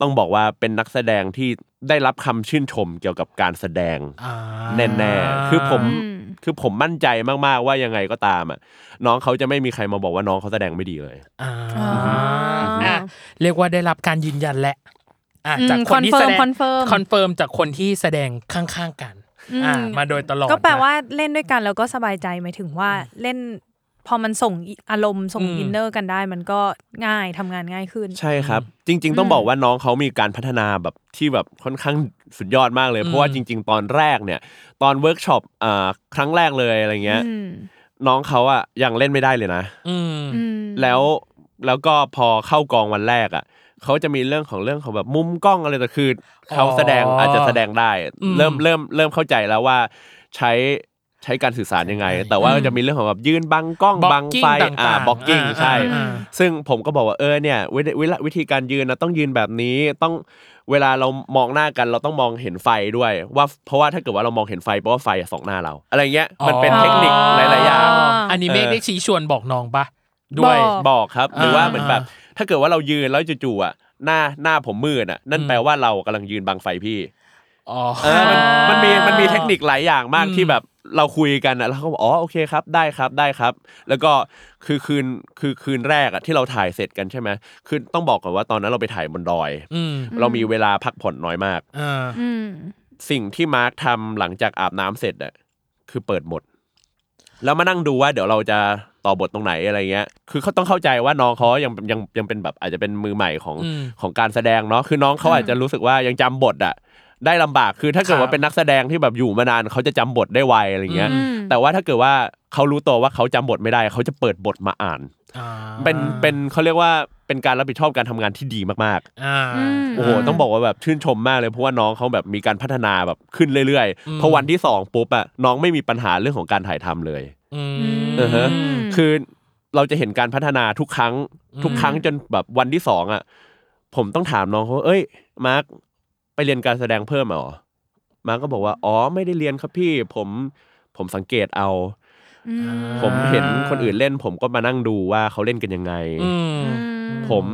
ต้องบอกว่าเป็นนักแสดงที่ได้รับคำชื่นชมเกี่ยวกับการแสดง อ่า แน่ๆคือผม อืม คือผมมั่นใจมากๆว่ายังไงก็ตามอ่ะน้องเขาจะไม่มีใครมาบอกว่าน้องเขาแสดงไม่ดีเลย อ่า อ่า อ่ะเรียกว่าได้รับการยืนยันแหละอ่ะ อืม จากคนที่แสดง คอนเฟิร์ม คอนเฟิร์มจากคนที่แสดงข้างๆกัน อืม อ่ามาโดยตลอด ก็แปล นะ ว่าเล่นด้วยกันแล้วก็สบายใจหมายถึงว่าเล่น พอมันส่งอารมณ์ส่ง อืม อินเนอร์กันได้ มันก็ง่ายทำงานง่ายขึ้น ใช่ครับ จริง ๆ ต้องบอกว่าน้องเขามีการพัฒนาแบบที่แบบค่อนข้างสุดยอดมากเลย เพราะว่าจริง ๆ ตอนแรกเนี่ย ตอนเวิร์กช็อปอ่าครั้งแรกเลยอะไรเงี้ย อืม น้องเขาอ่ะยังเล่นไม่ได้เลยนะ อืม อืม แล้วแล้วก็พอเข้ากองวันแรกอ่ะเขาจะมีเรื่องของเรื่องของแบบมุมกล้องอะไรแต่คืออ อ เขาแสดงอาจจะแสดงได้ อืม เริ่มเริ่มเริ่มเข้าใจแล้วว่าใช้ใช้การสื่อสารยังไง ใช่ แต่ว่า อืม จะมีเรื่องของแบบยืนบังกล้อง Blocking บังไฟอ่า ต่างๆ บล็อกกิ้ง อ่า ใช่ อ่า ซึ่งผมก็บอกว่าเออเนี่ยวิธีวิธีวิธีการยืนนะต้องยืนแบบนี้ต้องเวลาเรามองหน้ากันเราต้องมองเห็นไฟด้วย ว่าเพราะว่าถ้าเกิดว่าเรามองเห็นไฟเพราะว่าไฟอะส่องหน้าเรา อะไรเงี้ยมันเป็นเทคนิคหลายๆอย่าง อันนี้เมฆ เออ ได้ชี้ชวนบอกน้องปะ บ ด้ อ ว ก ย บอกครับหรือว่า อ่า เหมือนแบบถ้าเกิดว่าเรายืนแล้วจู่ๆอ่ะหน้าหน้าผมมืดอ่ะนั่น อืม แปลว่าเรากำลังยืนบังไฟพี่ อ๋อ เออมันมันมีมันมีเทคนิคหลายอย่างมาก อืม ที่แบบเราคุยกันอ่ะแล้วเขาบอกอ๋อโอเคครับได้ครับได้ครับ แล้วก็คือคืนคือคืนแรกอ่ะที่เราถ่ายเสร็จกันใช่ไหมคือต้องบอกก่อนว่าตอนนั้นเราไปถ่ายบนดอย อืม เรามีเวลาพักผ่อนน้อยมาก เออ อืม สิ่งที่มาร์คทำหลังจากอาบน้ำเสร็จอ่ะคือเปิดหมด แล้วมานั่งดูว่าเดี๋ยวเราจะต่อบทตรงไหนอะไรเงี้ย คือเขาต้องเข้าใจว่าน้องเขายังยังยังเป็นแบบอาจจะเป็นมือใหม่ของ อืม ของการแสดงเนาะคือน้องเขาอาจจะรู้สึกว่ายังจำบทอ่ะได้ลำบากคือถ้าเกิด ครั ว่า บ เป็นนักแสดงที่แบบอยู่มานานเขาจะจำบทได้ไวอะไรเงี้ย อื ม แต่ว่าถ้าเกิดว่าเขารู้ตัวว่าเขาจำบทไม่ได้เขาจะเปิดบทมาอ่าน อ่า เป็นเป็นเขาเรียกว่าเป็นการรับผิดชอบการทำงานที่ดีมากๆ อ่า ม โอ้โห อ่า ต้องบอกว่าแบบชื่นชมมากเลยเพราะว่าน้องเขาแบบมีการพัฒนาแบบขึ้นเรื่อย อืม ๆพอวันที่สองปุ๊บอะน้องไม่มีปัญหาเรื่องของการถ่ายทำเลย อืม เออฮะ ม คือเราจะเห็นการพัฒนาทุกครั้ง ทุกครั้งจนแบบวันที่สองอะผมต้องถามน้องเขาว่าเอ้ยมาร์คไปเรียนการแสดงเพิ่มเหรอมาร์คก็บอกว่าอ๋อไม่ได้เรียนครับพี่ผมผมสังเกตเอา อืม ผมเห็นคนอื่นเล่น ผมก็มานั่งดูว่าเขาเล่นกันยังไง อืม อื ผม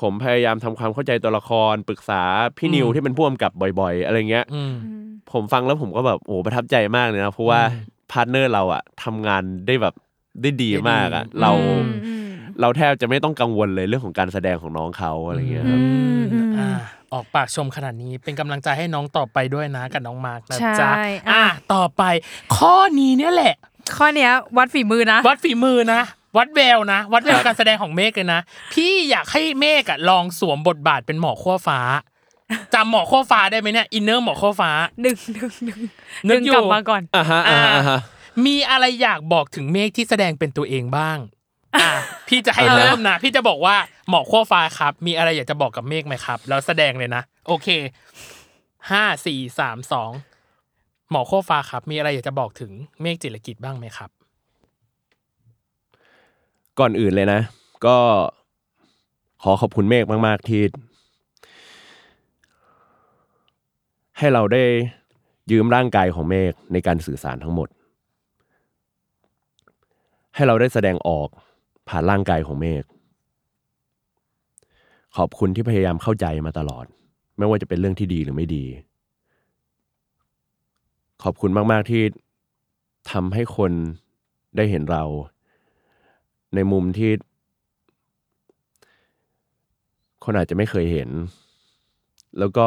ผมพยายามทำความเข้าใจตัวละครปรึกษาพี่ อืม นิวที่เป็นผู้กำกับบ่อยๆ อะไรเงี้ย อืม อืม ผมฟังแล้วผมก็แบบโอ้ประทับใจมากเลยนะเพราะว่า อืม พาร์ทเนอร์เราอะทำงานได้แบบได้ดี ได้ดี มากอะ อืม เรา อืมอืม เราแทบจะไม่ต้องกังวลเลยเรื่องของการแสดงของน้องเขาอะไรเงี้ยครับ อืมอืม อ่าออกปากชมขนาดนี้เป็นกำลังใจให้น้องต่อไปด้วยนะกับน้องมาร์กนะจ๊ะ ใช่อ่ะ อ่ะต่อไปข้อนี้เนี่ยแหละ ข้อเนี้ย วัดฝีมือนะ วัดฝีมือนะ วัดแววนะ วัดแววการแสดงของเมฆเลยนะ พี่อยากให้เมฆอะลองสวมบทบาทเป็นหมอขั้วฟ้าจำหมอขั้วฟ้าได้ไหมเนี่ยอินเนอร์หมอขั้วฟ้า ดึงดึงดึง นึ ดึ ก ง อยู่ กลับมาก่อน อ่าฮะอ่าฮะอ่าฮะ มีอะไรอยากบอกถึงเมฆที่แสดงเป็นตัวเองบ้าง อ่ะพี่จะให้เริ่มนะ พี่จะบอกว่าหมอขั้วฟ้าครับ มีอะไรอยากจะบอกกับเมฆไหมครับ แล้วแสดงเลยนะ โอเค ห้าสี่สามสอง หมอขั้วฟ้าครับ มีอะไรอยากจะบอกถึงเมฆจิรกิจบ้างไหมครับ ก่อนอื่นเลยนะ ก็ ขอขอบคุณเมฆมาก ๆ ที่ ให้เราได้ยืมร่างกายของเมฆในการสื่อสารทั้งหมด ให้เราได้แสดงออกผ่านร่างกายของเมฆขอบคุณที่พยายามเข้าใจมาตลอด ไม่ว่าจะเป็นเรื่องที่ดีหรือไม่ดี ขอบคุณมาก ๆ ที่ทำให้คนได้เห็นเรา ในมุมที่ คนอาจจะไม่เคยเห็น แล้วก็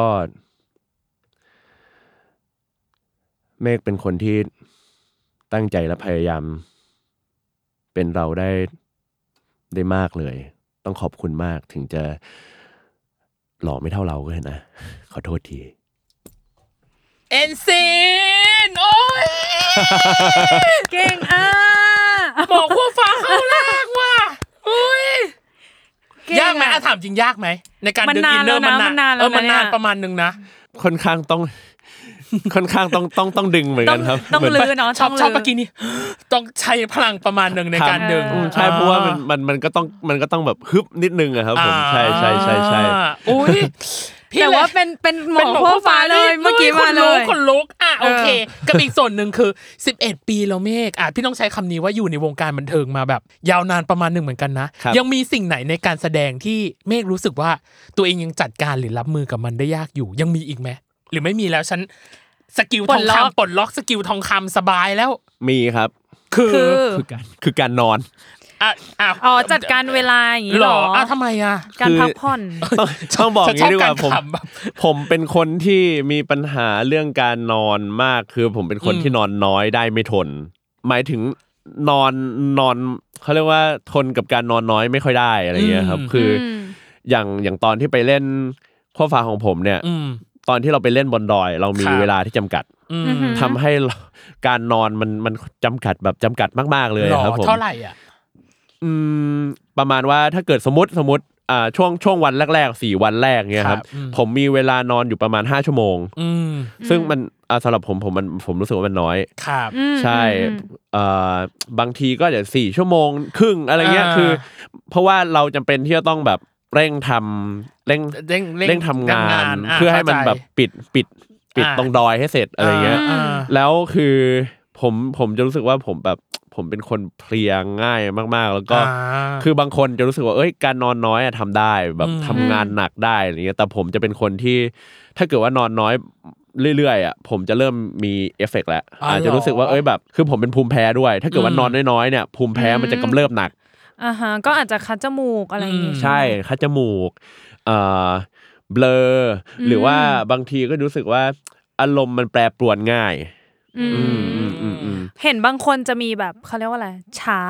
เมฆเป็นคนที่ตั้งใจและพยายาม เป็นเราได้ได้มากเลย ต้องขอบคุณมากถึงจะหล่อไม่เท่าเราก็เถอะนะ ขอโทษที เอ็นซีนโอ้ย เก่งอ่ะ หมอขั้วฟ้าเข้าแรกว่ะอุ้ย เก่งอะ ยากไหมอ่ะถามจริงยากไหมในการ มัน ดึง นา อิ น นเนอร์ แล้วนะ มัน มันนาน านน แล้ว เออมัน นะ นาน เนี่ย ประมาณนึงนะ ค่อนข้างต้อง ค่อนข้างต้องต้องต้องดึงเหมือน ต้อ กั ง นครับ ต้อง เหมืน ลื้อเนาะ ชอบ ต้ง ชอบ ลื้ เมื่อกี้ นี้ ต้องใช้พลังประมาณหนึ่งในการดึง อืม ใช่เพราะว่ามันมันมันก็ต้องมันก็ต้องแบบฮึบนิดนึงอะครับผมใช่ใช่ใช่ใช่ อ่าอุ้ยพี่ แต่ว่า เลย เป็นเป็นหมอ เป็นหมอ พ่อ ผู้ ฟ้า ฟ้า เล เลย ย เมื่ เมื่ อ อ กี้ กี้ มา มา เล เลย ยคนลุกอ่ะ เอ โอ อ เค กับอีกส่วนหนึ่งคือ 11 ปีแล้วเมฆอ่ะพี่ต้องใช้คำนี้ว่าอยู่ในวงการบันเทิงมาแบบ ยาวนานประมาณหนึ่งเหมือนกันนะ ยังมีสิ่งไหนในการแสดงที่เมฆรู้สึกว่าตัวเองยังจัดการหรือรับมือกับมันได้ยากอยู่ ยังมีอีกไหมหรือไม่มีแล้วฉันสกิลทองคำปลดล็อกสกิลทองคำสบายแล้ว มีครับ คือ คือ คือการคือการนอน อ่ะอ่ะ อ๋อจัดการเวลาอย่างนี้ ห เห ร ร อ อ อ่ะทำไมอ่ะ การ คือ พักผ่อน ต้องต้องบอกอย่าง ชอ นี้ บ ดีก การ ว่าผม ขำแบบ ผมเป็นคนที่มีปัญหาเรื่องการนอนมากคือผมเป็นคน อืม ที่นอนน้อยได้ไม่ทน หมายถึงนอนนอนเขาเรียกว่าทนกับการนอนน้อยไม่ค่อยได้อะไรเงี้ยครับ คืออ ม อย่างอย่างตอนที่ไปเล่นข้อฟ้าของผมเนี่ย อืม ตอนที่เราไปเล่นบนดอย เรามี ครับ เวลาที่จำกัด อืม อือหือ ทำให้เราการนอนมันมันจำกัดแบบจำกัดมากๆเลย หรอ ครับผม เท่าไหร่อ่ะ อืมประมาณว่าถ้าเกิดสมมติสมมติอ่าช่วงช่วงวันแรกๆสี่วันแรกเงี้ยครับ ครับอืม ผมมีเวลานอนอยู่ประมาณห้าชั่วโมง อืม ซึ่งมันอ่าสำหรับผมผมมันผมรู้สึกว่ามันน้อย ครับ อืม ใช่ อืม เอ่อบางทีก็เดี๋ยวสี่ชั่วโมงครึ่งอะไรเงี้ย อ่า คือ เพราะว่าเราจำเป็นที่จะต้องแบบเร่งทำเร่ง เร่ง เร่งทำงาน ะ เพื่อให้มัน ข้าจ แบบปิดปิดปิด อ่า ตรงดอยให้เสร็จอะไรเงี้ย อ่า แล้วคือผมผมจะรู้สึกว่าผมแบบผมเป็นคนเพลียง่ายมากๆ แล้วก็ คือบางคนจะรู้สึกว่าเอ้ยการนอนน้อยอะทำได้แบบ อืม ทำงานหนักได้อะไรเงี้ยแต่ผมจะเป็นคนที่ ถ้าเกิดว่านอนน้อยเรื่อยๆอ่ะผมจะเริ่มมีเอฟเฟกต์แล้ว อ๋อเหรอ อาจจะรู้สึกว่าเอ้ยแบบคือผมเป็นภูมิแพ้ด้วย ถ้าเกิดว่านอนน้อยๆเนี่ยภูมิแพ้มันจะกำเริบหนัก อ่าฮะก็อาจจะคัดจมูกอะไรอย่างงี้ อืม ใช่คัดจมูกเอ่อเบลออ ม หรือว่าบางทีก็รู้สึกว่าอารมณ์มันแปรปรวนง่าย อืม อืมอืมอืมอืม เห็นบางคนจะมีแบบเขาเรียกว่าอะไรช้า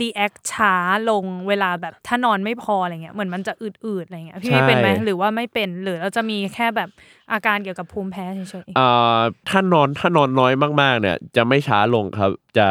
รีแอคช้าลงเวลาแบบถ้านอนไม่พออะไรเงี้ยเหมือนมันจะอืดๆอะไรเงี้ยพี่ ใช่ ไม่เป็นไหมหรือว่าไม่เป็นหรือเราจะมีแค่แบบอาการเกี่ยวกับภูมิแพ้เฉย เอ่อถ้านอนถ้านอนน้อยมากๆ เนี่ย จะไม่ช้าลงครับ จะ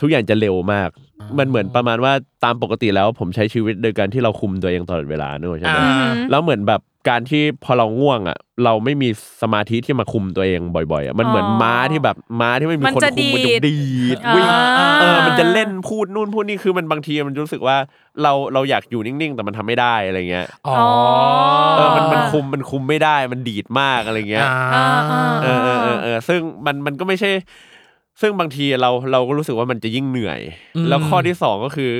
ทุกอย่างจะเร็วมาก มันเหมือนประมาณว่าตามปกติแล้วผมใช้ชีวิตโดยการที่เราคุมตัวเองตลอดเวลาเนอะใช่ไหม อ่า แล้วเหมือนแบบการที่พอเราง่วงอ่ะ เราไม่มีสมาธิที่มาคุมตัวเองบ่อยๆอะมันเหมือน อ๋อ ม้าที่แบบม้าที่ไม่มี มัน คน จะ คุมมันจะ ดีด ดีด ๆ วิ่ง อ่า เออ มันจะเล่นพูดนู่นพูดนี่คือมันบางทีมันรู้สึกว่าเราเราอยากอยู่นิ่งๆ แต่มันทำไม่ได้อะไรเงี้ย อ๋อ เออ มันมัน อ่า คุมมันคุมไม่ได้ มันดีดมากอะไรเงี้ย อ่า เออเออเออเออซึ่งมันมันก็ไม่ใช่ ซึ่งบางทีเราเราก็รู้สึกว่ามันจะยิ่งเหนื่อย อืม แล้วข้อที่สองก็คือ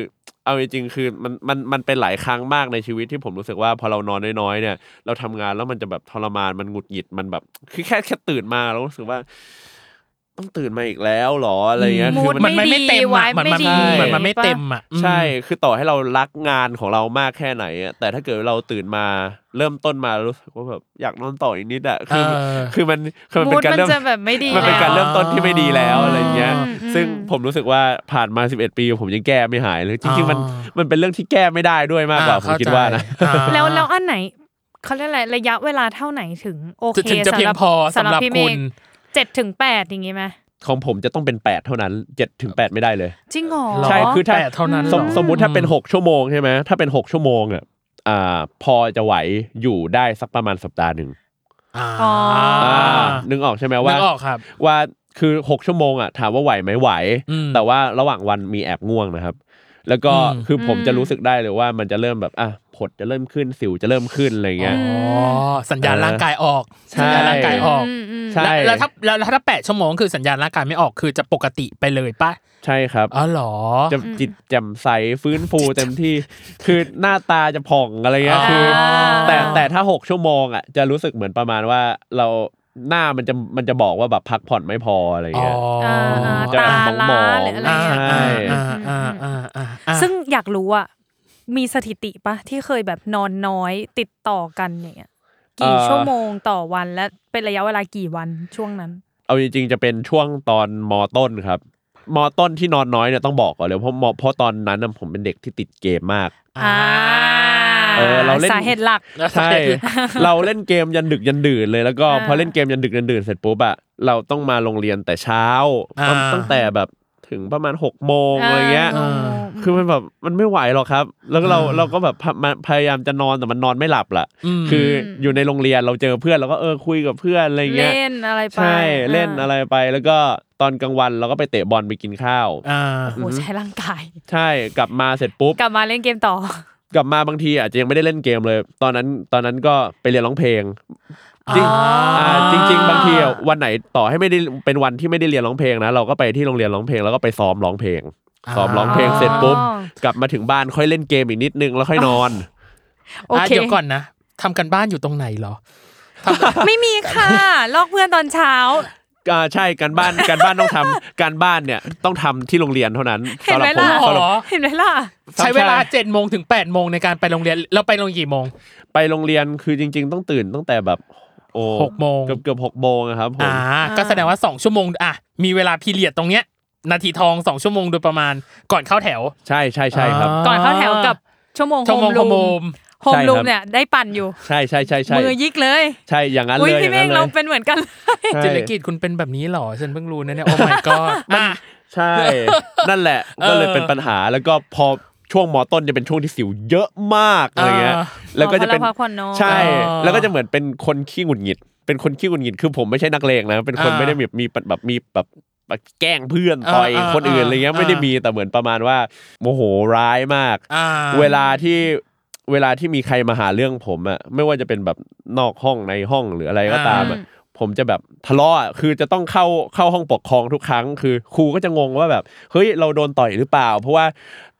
เอาจริงๆคือมันมันมันเป็นหลายครั้งมากในชีวิตที่ผมรู้สึกว่าพอเรานอนน้อยๆเนี่ย เราทำงานแล้วมันจะแบบทรมานมันหงุดหงิดมันแบบคือแค่แค่ตื่นมาเรารู้สึกว่า ต้องตื่นมาอีกแล้วเหรออะไรเงี้ย อื คือ mood มัน มันไม่เต็ม ไม่ อ่ะ ดีไม่ดีเหมือนมันเหมือนมันไม่เต็มอ่ะ ใช่ คือต่อให้เรารักงานของเรามากแค่ไหนอะแต่ถ้าเกิดเราตื่นมาเริ่มต้นมารู้สึกว่าแบบอยากนอนต่ออีกนิดอะ เอ คือ อ คือมันคือมัน มูดเป็นการ มัน เริ่ม จะแบบไม่ดี มันเป็นการ แล้ว เริ่มต้นที่ไม่ดีแล้วอะไรอย่างเงี้ย อืม อืม ซึ่งผมรู้สึกว่าผ่านมา 11 ปี ผมยังแก้ไม่หายเลย จริงๆ มัน อ่ามั มันเป็นเรื่องที่แก้ไม่ได้ด้วยมากกว่า อ่ ผมคิดว่านะ เข้ใจอ่า แล้วแล้วอันไหนเขาเรียกอะไรระยะเวลาเท่าไหนถึงโอเค ถึงจะ สำ เพีหยง รับ พอสำหสำหรัรับบพี่เม คุ ฆ ณ เจ็ดถึงแปดอย่างงี้ไหม ของผมจะต้องเป็น 8 เท่านั้น7ถึง8ไม่ได้เลย จริงเหรอ หร ใช่คือถ้า แปดเท่านั้น สม เหรอ สมมุติถ้าเป็น 6 ชั่วโมงใช่ไหมถ้าเป็น 6 ชั่วโมงอ่ะอ่าพอจะไหวอยู่ได้สักประมาณสัปดาห์หนึ่ง อ่า อ๋ออ่ อ่านึกออกใช่ไหมว่า นึกออกครับ ว่าคือ 6 ชั่วโมงอ่ะถามว่าไหวไหมไหว อืม แต่ว่าระหว่างวันมีแอบง่วงนะครับ แล้วก็ อืม คือผม อืม จะรู้สึกได้เลยว่ามันจะเริ่มแบบอ่ะผดจะเริ่มขึ้นสิวจะเริ่มขึ้นอะไรเงี้ย อ๋อสัญญาณร่างกายออก ใช่ สัญญาณร่างกายออก อืมอืม ใช่ แล้วแล้วถ้าแล้วแล้วถ้าแปดชั่วโมงคือสัญญาณร่างกายไม่ออกคือจะปกติไปเลยป่ะ ใช่ครับ อ๋อเหรอ จะจิตแจ่มใสฟื้นฟูเต็ม ที่ คือหน้าตาจะผ่องอะไรเงี้ย อ่า คือ แต่ อ่า แต่ถ้า 6 ชั่วโมงอ่ะจะรู้สึกเหมือนประมาณว่าเราหน้ามันจะมันจะบอกว่าแบบพักผ่อนไม่พออะไร อ๋อ เงี้ย อ่า จะ ตา แบบม ล้า องๆ หรืออะไร อ่า เงี้ย อ่า อื อ่าม อื อ่าม อืม อ่าอ่า ซึ่งอยากรู้อ่ะมีสถิติปะที่เคยแบบนอนน้อยติดต่อกันอย่างเงี้ยกี่ เอ่อ ชั่วโมงต่อวันและเป็นระยะเวลากี่วันช่วงนั้น เอาจริงๆจะเป็นช่วงตอนมต้นครับมต้นที่นอนน้อยเนี่ยต้องบอกก่อนเลยเพราะมเพราะตอนนั้นน่ะผมเป็นเด็กที่ติดเกมมาก อ่า เออเราเล่น สาเหตุหลัก ใช่ เราเล่นเกมยันดึกยันดื่นเลยแล้วก็ อ่า พอเล่นเกมยันดึกยันดื่นเสร็จปุ๊บอะเราต้องมาโรงเรียนแต่เช้า อ่า ตั้งแต่แบบ ถึงประมาณ6กโมงอะไรเงี้ย เออ คือมันแบบมันไม่ไหวหรอกครับ แล้วก็เรา อ่า เราก็แบบพะมาพยายามจะนอนแต่มันนอนไม่หลับล่ะ ม คืออยู่ในโรงเรียนเราเจอเพื่อนเราก็เออคุยกับเพื่อนอะไรเงี้ย เล่นอะไรไป ใช่เล่นอะไรไปแล้วก็ตอนกลางวันเราก็ไปเตะบอลไปกินข้าว อ่า โอ้โหใช้ร่างกาย ใช่กลับมาเสร็จปุ๊บ กลับมาเล่นเกมต่อ กลับมาบางทีอาจจะยังไม่ได้เล่นเกมเลย ตอนนั้นตอนนั้นก็ไปเรียนร้องเพลงจริง อ๋ออ่ าจริง ๆ บางทีอะวันไหนต่อให้ไม่ได้เป็นวันที่ไม่ได้เรียนร้องเพลงนะเราก็ไปที่โรงเรียนร้องเพลงแล้วก็ไปซ้อมร้องเพลงซ้อมร้องเพลงเสร็จปุ๊บกลับมาถึงบ้านค่อยเล่นเกมอีกนิดนึงแล้วค่อยนอน โอ อ่ะ เค เดี๋ยวก่อนนะทำกันบ้านอยู่ตรงไหนเหรอทำ ไม่มีค่ะ ลอกเพื่อนตอนเช้า อ่าใช่การบ้านการบ้านต้องทำการบ้านเนี่ยต้องทำที่โรงเรียนเท่านั้น เห็นไหม สำห ล่ะ รับผมสำหรับ เห็นไหมล่ะ ใช้เวลา ใช่ เจ็ดโมงถึงแปดโมงในการไปโรงเรียนเราไปโรงเรียนกี่โมง ไปโรงเรียนคือจริง ๆ ต้องตื่นตั้งแต่แบบโอ้ หกโมง เกือบเกือบหกโมงอะครับผม อ่า ก็แสดงว่าสองชั่วโมงอ่ะมีเวลาพีเรียดตรงเนี้ย นาทีทองสองชั่วโมงโดยประมาณก่อนเข้าแถว ใช่ใช่ใช่ครับ ก่อนเข้าแถวกับชั่วโมง ชั่วโมง โฮ ข ม โม รูม ม โฮมรูม ใช่ครับ เนี่ยได้ปั่นอยู่ ใช่ใช่ใช่ใช่ มือยิกเลย ใช่อย่างนั้น อุ้ เลย ยอ พี่ ย่าง เมฆนั้นเล เรา ย เป็นเหมือนกันเลย ใช่ จิตรกิจคุณเป็นแบบนี้เหรอฉันเพิ่งรู้นะเนี่ย โอ้ my god อ่ะ ใช่ นั่นแหละ เออ ก็เลยเป็นปัญหาแล้วก็พอช่วงมอต้นจะเป็นช่วงที่สิวเยอะมากอะไรเงี้ย อ่า แล้วก็จะเป็น อ๋อเพราะเราพักผ่อนน้อย ใช่ อ่า แล้วก็จะเหมือนเป็นคนขี้หงุดหงิด เป็นคนขี้หงุดหงิดคือผมไม่ใช่นักเลงนะเป็นคน อ่า ไม่ได้มีมีแบบมีแบบแบบแกล้งเพื่อนต่อย อ่าอ่า คนอื่นอะไรเงี้ย อ่า ไม่ได้มีแต่เหมือนประมาณว่าโมโหร้ายมาก อ่า เวลาที่เวลาที่มีใครมาหาเรื่องผมอะไม่ว่าจะเป็นแบบนอกห้องในห้องหรืออะไรก็ตามอะผมจะแบบทะเลาะอะคือจะต้องเข้าเข้าห้องปกครองทุกครั้ง คือครูก็จะงงว่าแบบเฮ้ยเราโดนต่อยหรือเปล่า เพราะว่า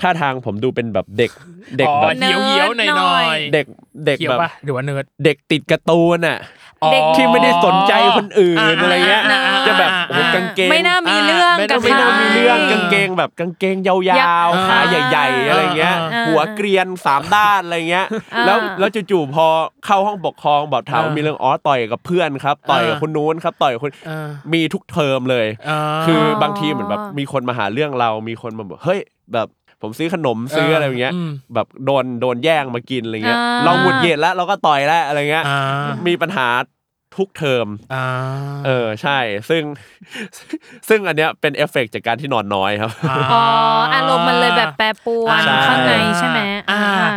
ท่าทางผมดูเป็นแบบเด็กเด็ก อ๋อ แบบ เหี่ยวเหี่ยวๆหน่อยหน่อย เด็กเด็ก เขียว แบบ ปะหรือว่าเนิร์ด เด็กติดการ์ตูนอะ อ๋อ ที่ไม่ได้สนใจคนอื่นอะไรเงี้ย าอ่าอ่า จะแบบ อ่า โอ้โหกางเกง ไม่น่ามีเรื่อง ไม่ กั ต้ บ องไม่ต้อง ใค มี มี เรื่ เรื่ อ องกากงาง ง เก เก ง งแบบกางเกงยา ยั ว บ ๆขาใหญ่ ๆ อะไรเงี้ย อ่า อ่า หัวเกรียนสามด้านอะไรเงี้ย อ่า แล้วแล้วจู่ๆพอเข้าห้องปกครองบอกถามว่ามีเรื่องอ๋อต่อยกับเพื่อนครับ ต่อยกับ อ่า คนนู้นครับ ต่อยกับคน อ่า มีทุกเทอมเลย อ่า คือบางทีเหมือนแบบมีคนมาหาเรื่องเรา มีคนมาบอกเฮ้ยแบบผมซื้อขนมซื้ออะไรอย่างเงี้ย อืม แบบโดนโดนแย่งมากินอะไรเงี้ย อ่า เราหงุดหงิดแล้วเราก็ต่อยแล้วอะไรเงี้ย อ่า มีปัญหาทุกเทอม อ่า เออใช่ ซึ่ง ซึ่งอันเนี้ยเป็นเอฟเฟกต์จากการที่นอนน้อยครับ อ๋ออารมณ์มันเลยแบบแปรปรวน ใช่ ข้างในใช่ไหม อ่า อ่า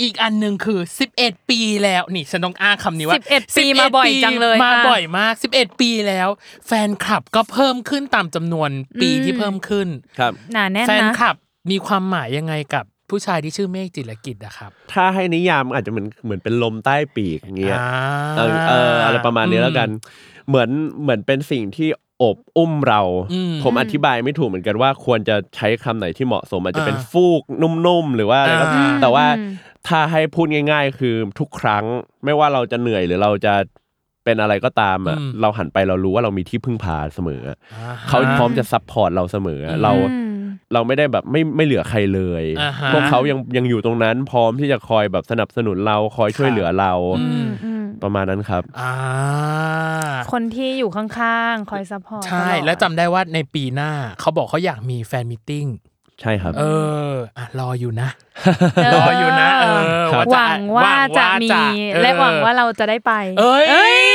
อีกอันหนึ่งคือ 11 ปีแล้วนี่ฉันต้องอ้างคำนี้ว่า 11ปี 11 มาบ่อยจังเลย มา ค่ะ บ่อยมาก 11 ปีแล้ว แฟนคลับก็เพิ่มขึ้นตามจำนวนปี อืม ที่เพิ่มขึ้น ครับ หนาแน่น แฟน นะ คลับมีความหมายยังไงกับผู้ชายที่ชื่อเมฆจิรกิจอะครับ ถ้าให้นิยามอาจจะเหมือนเหมือนเป็นลมใต้ปีกอย่างเงี้ย อ่า เออเอออะไรประมาณนี้แล้วกัน อื เหมือนเหมือนเป็นสิ่งที่อบอุ้มเรา อืม ผม อืม อธิบายไม่ถูกเหมือนกันว่าควรจะใช้คำไหนที่เหมาะสมอาจจะเป็น อ่า ฟูกนุ่มๆหรือว่าอะไรก็ อ่า แต่ว่าถ้าให้พูดง่าย ๆ คือทุกครั้งไม่ว่าเราจะเหนื่อยหรือเราจะเป็นอะไรก็ตามอ่ะเราหันไปเรารู้ว่าเรามีที่พึ่งพาเสมออะ อ่ฮะ เขาพร้อมจะซัพพอร์ตเราเสมออะเรา อืม เราไม่ได้แบบไม่ไม่เหลือใครเลย อ่าฮะ พวกเขายังยังอยู่ตรงนั้น พร้อมที่จะคอยแบบสนับสนุนเราคอยช่วย ครับ เหลือเรา อืม อืม ประมาณนั้นครับ อ่า คนที่อยู่ข้างๆ คอยซัพพอร์ต ใช่ ตอด แล้วจำได้ว่าในปีหน้าเขาบอกเขาอยากมีแฟนมิทติ้ง ใช่ครับ เอออ่ะรออยู่นะ เ รออยู่นะเออ ครับ หวังว่าจะมี และหวังว่าเราจะได้ไป เอ้ย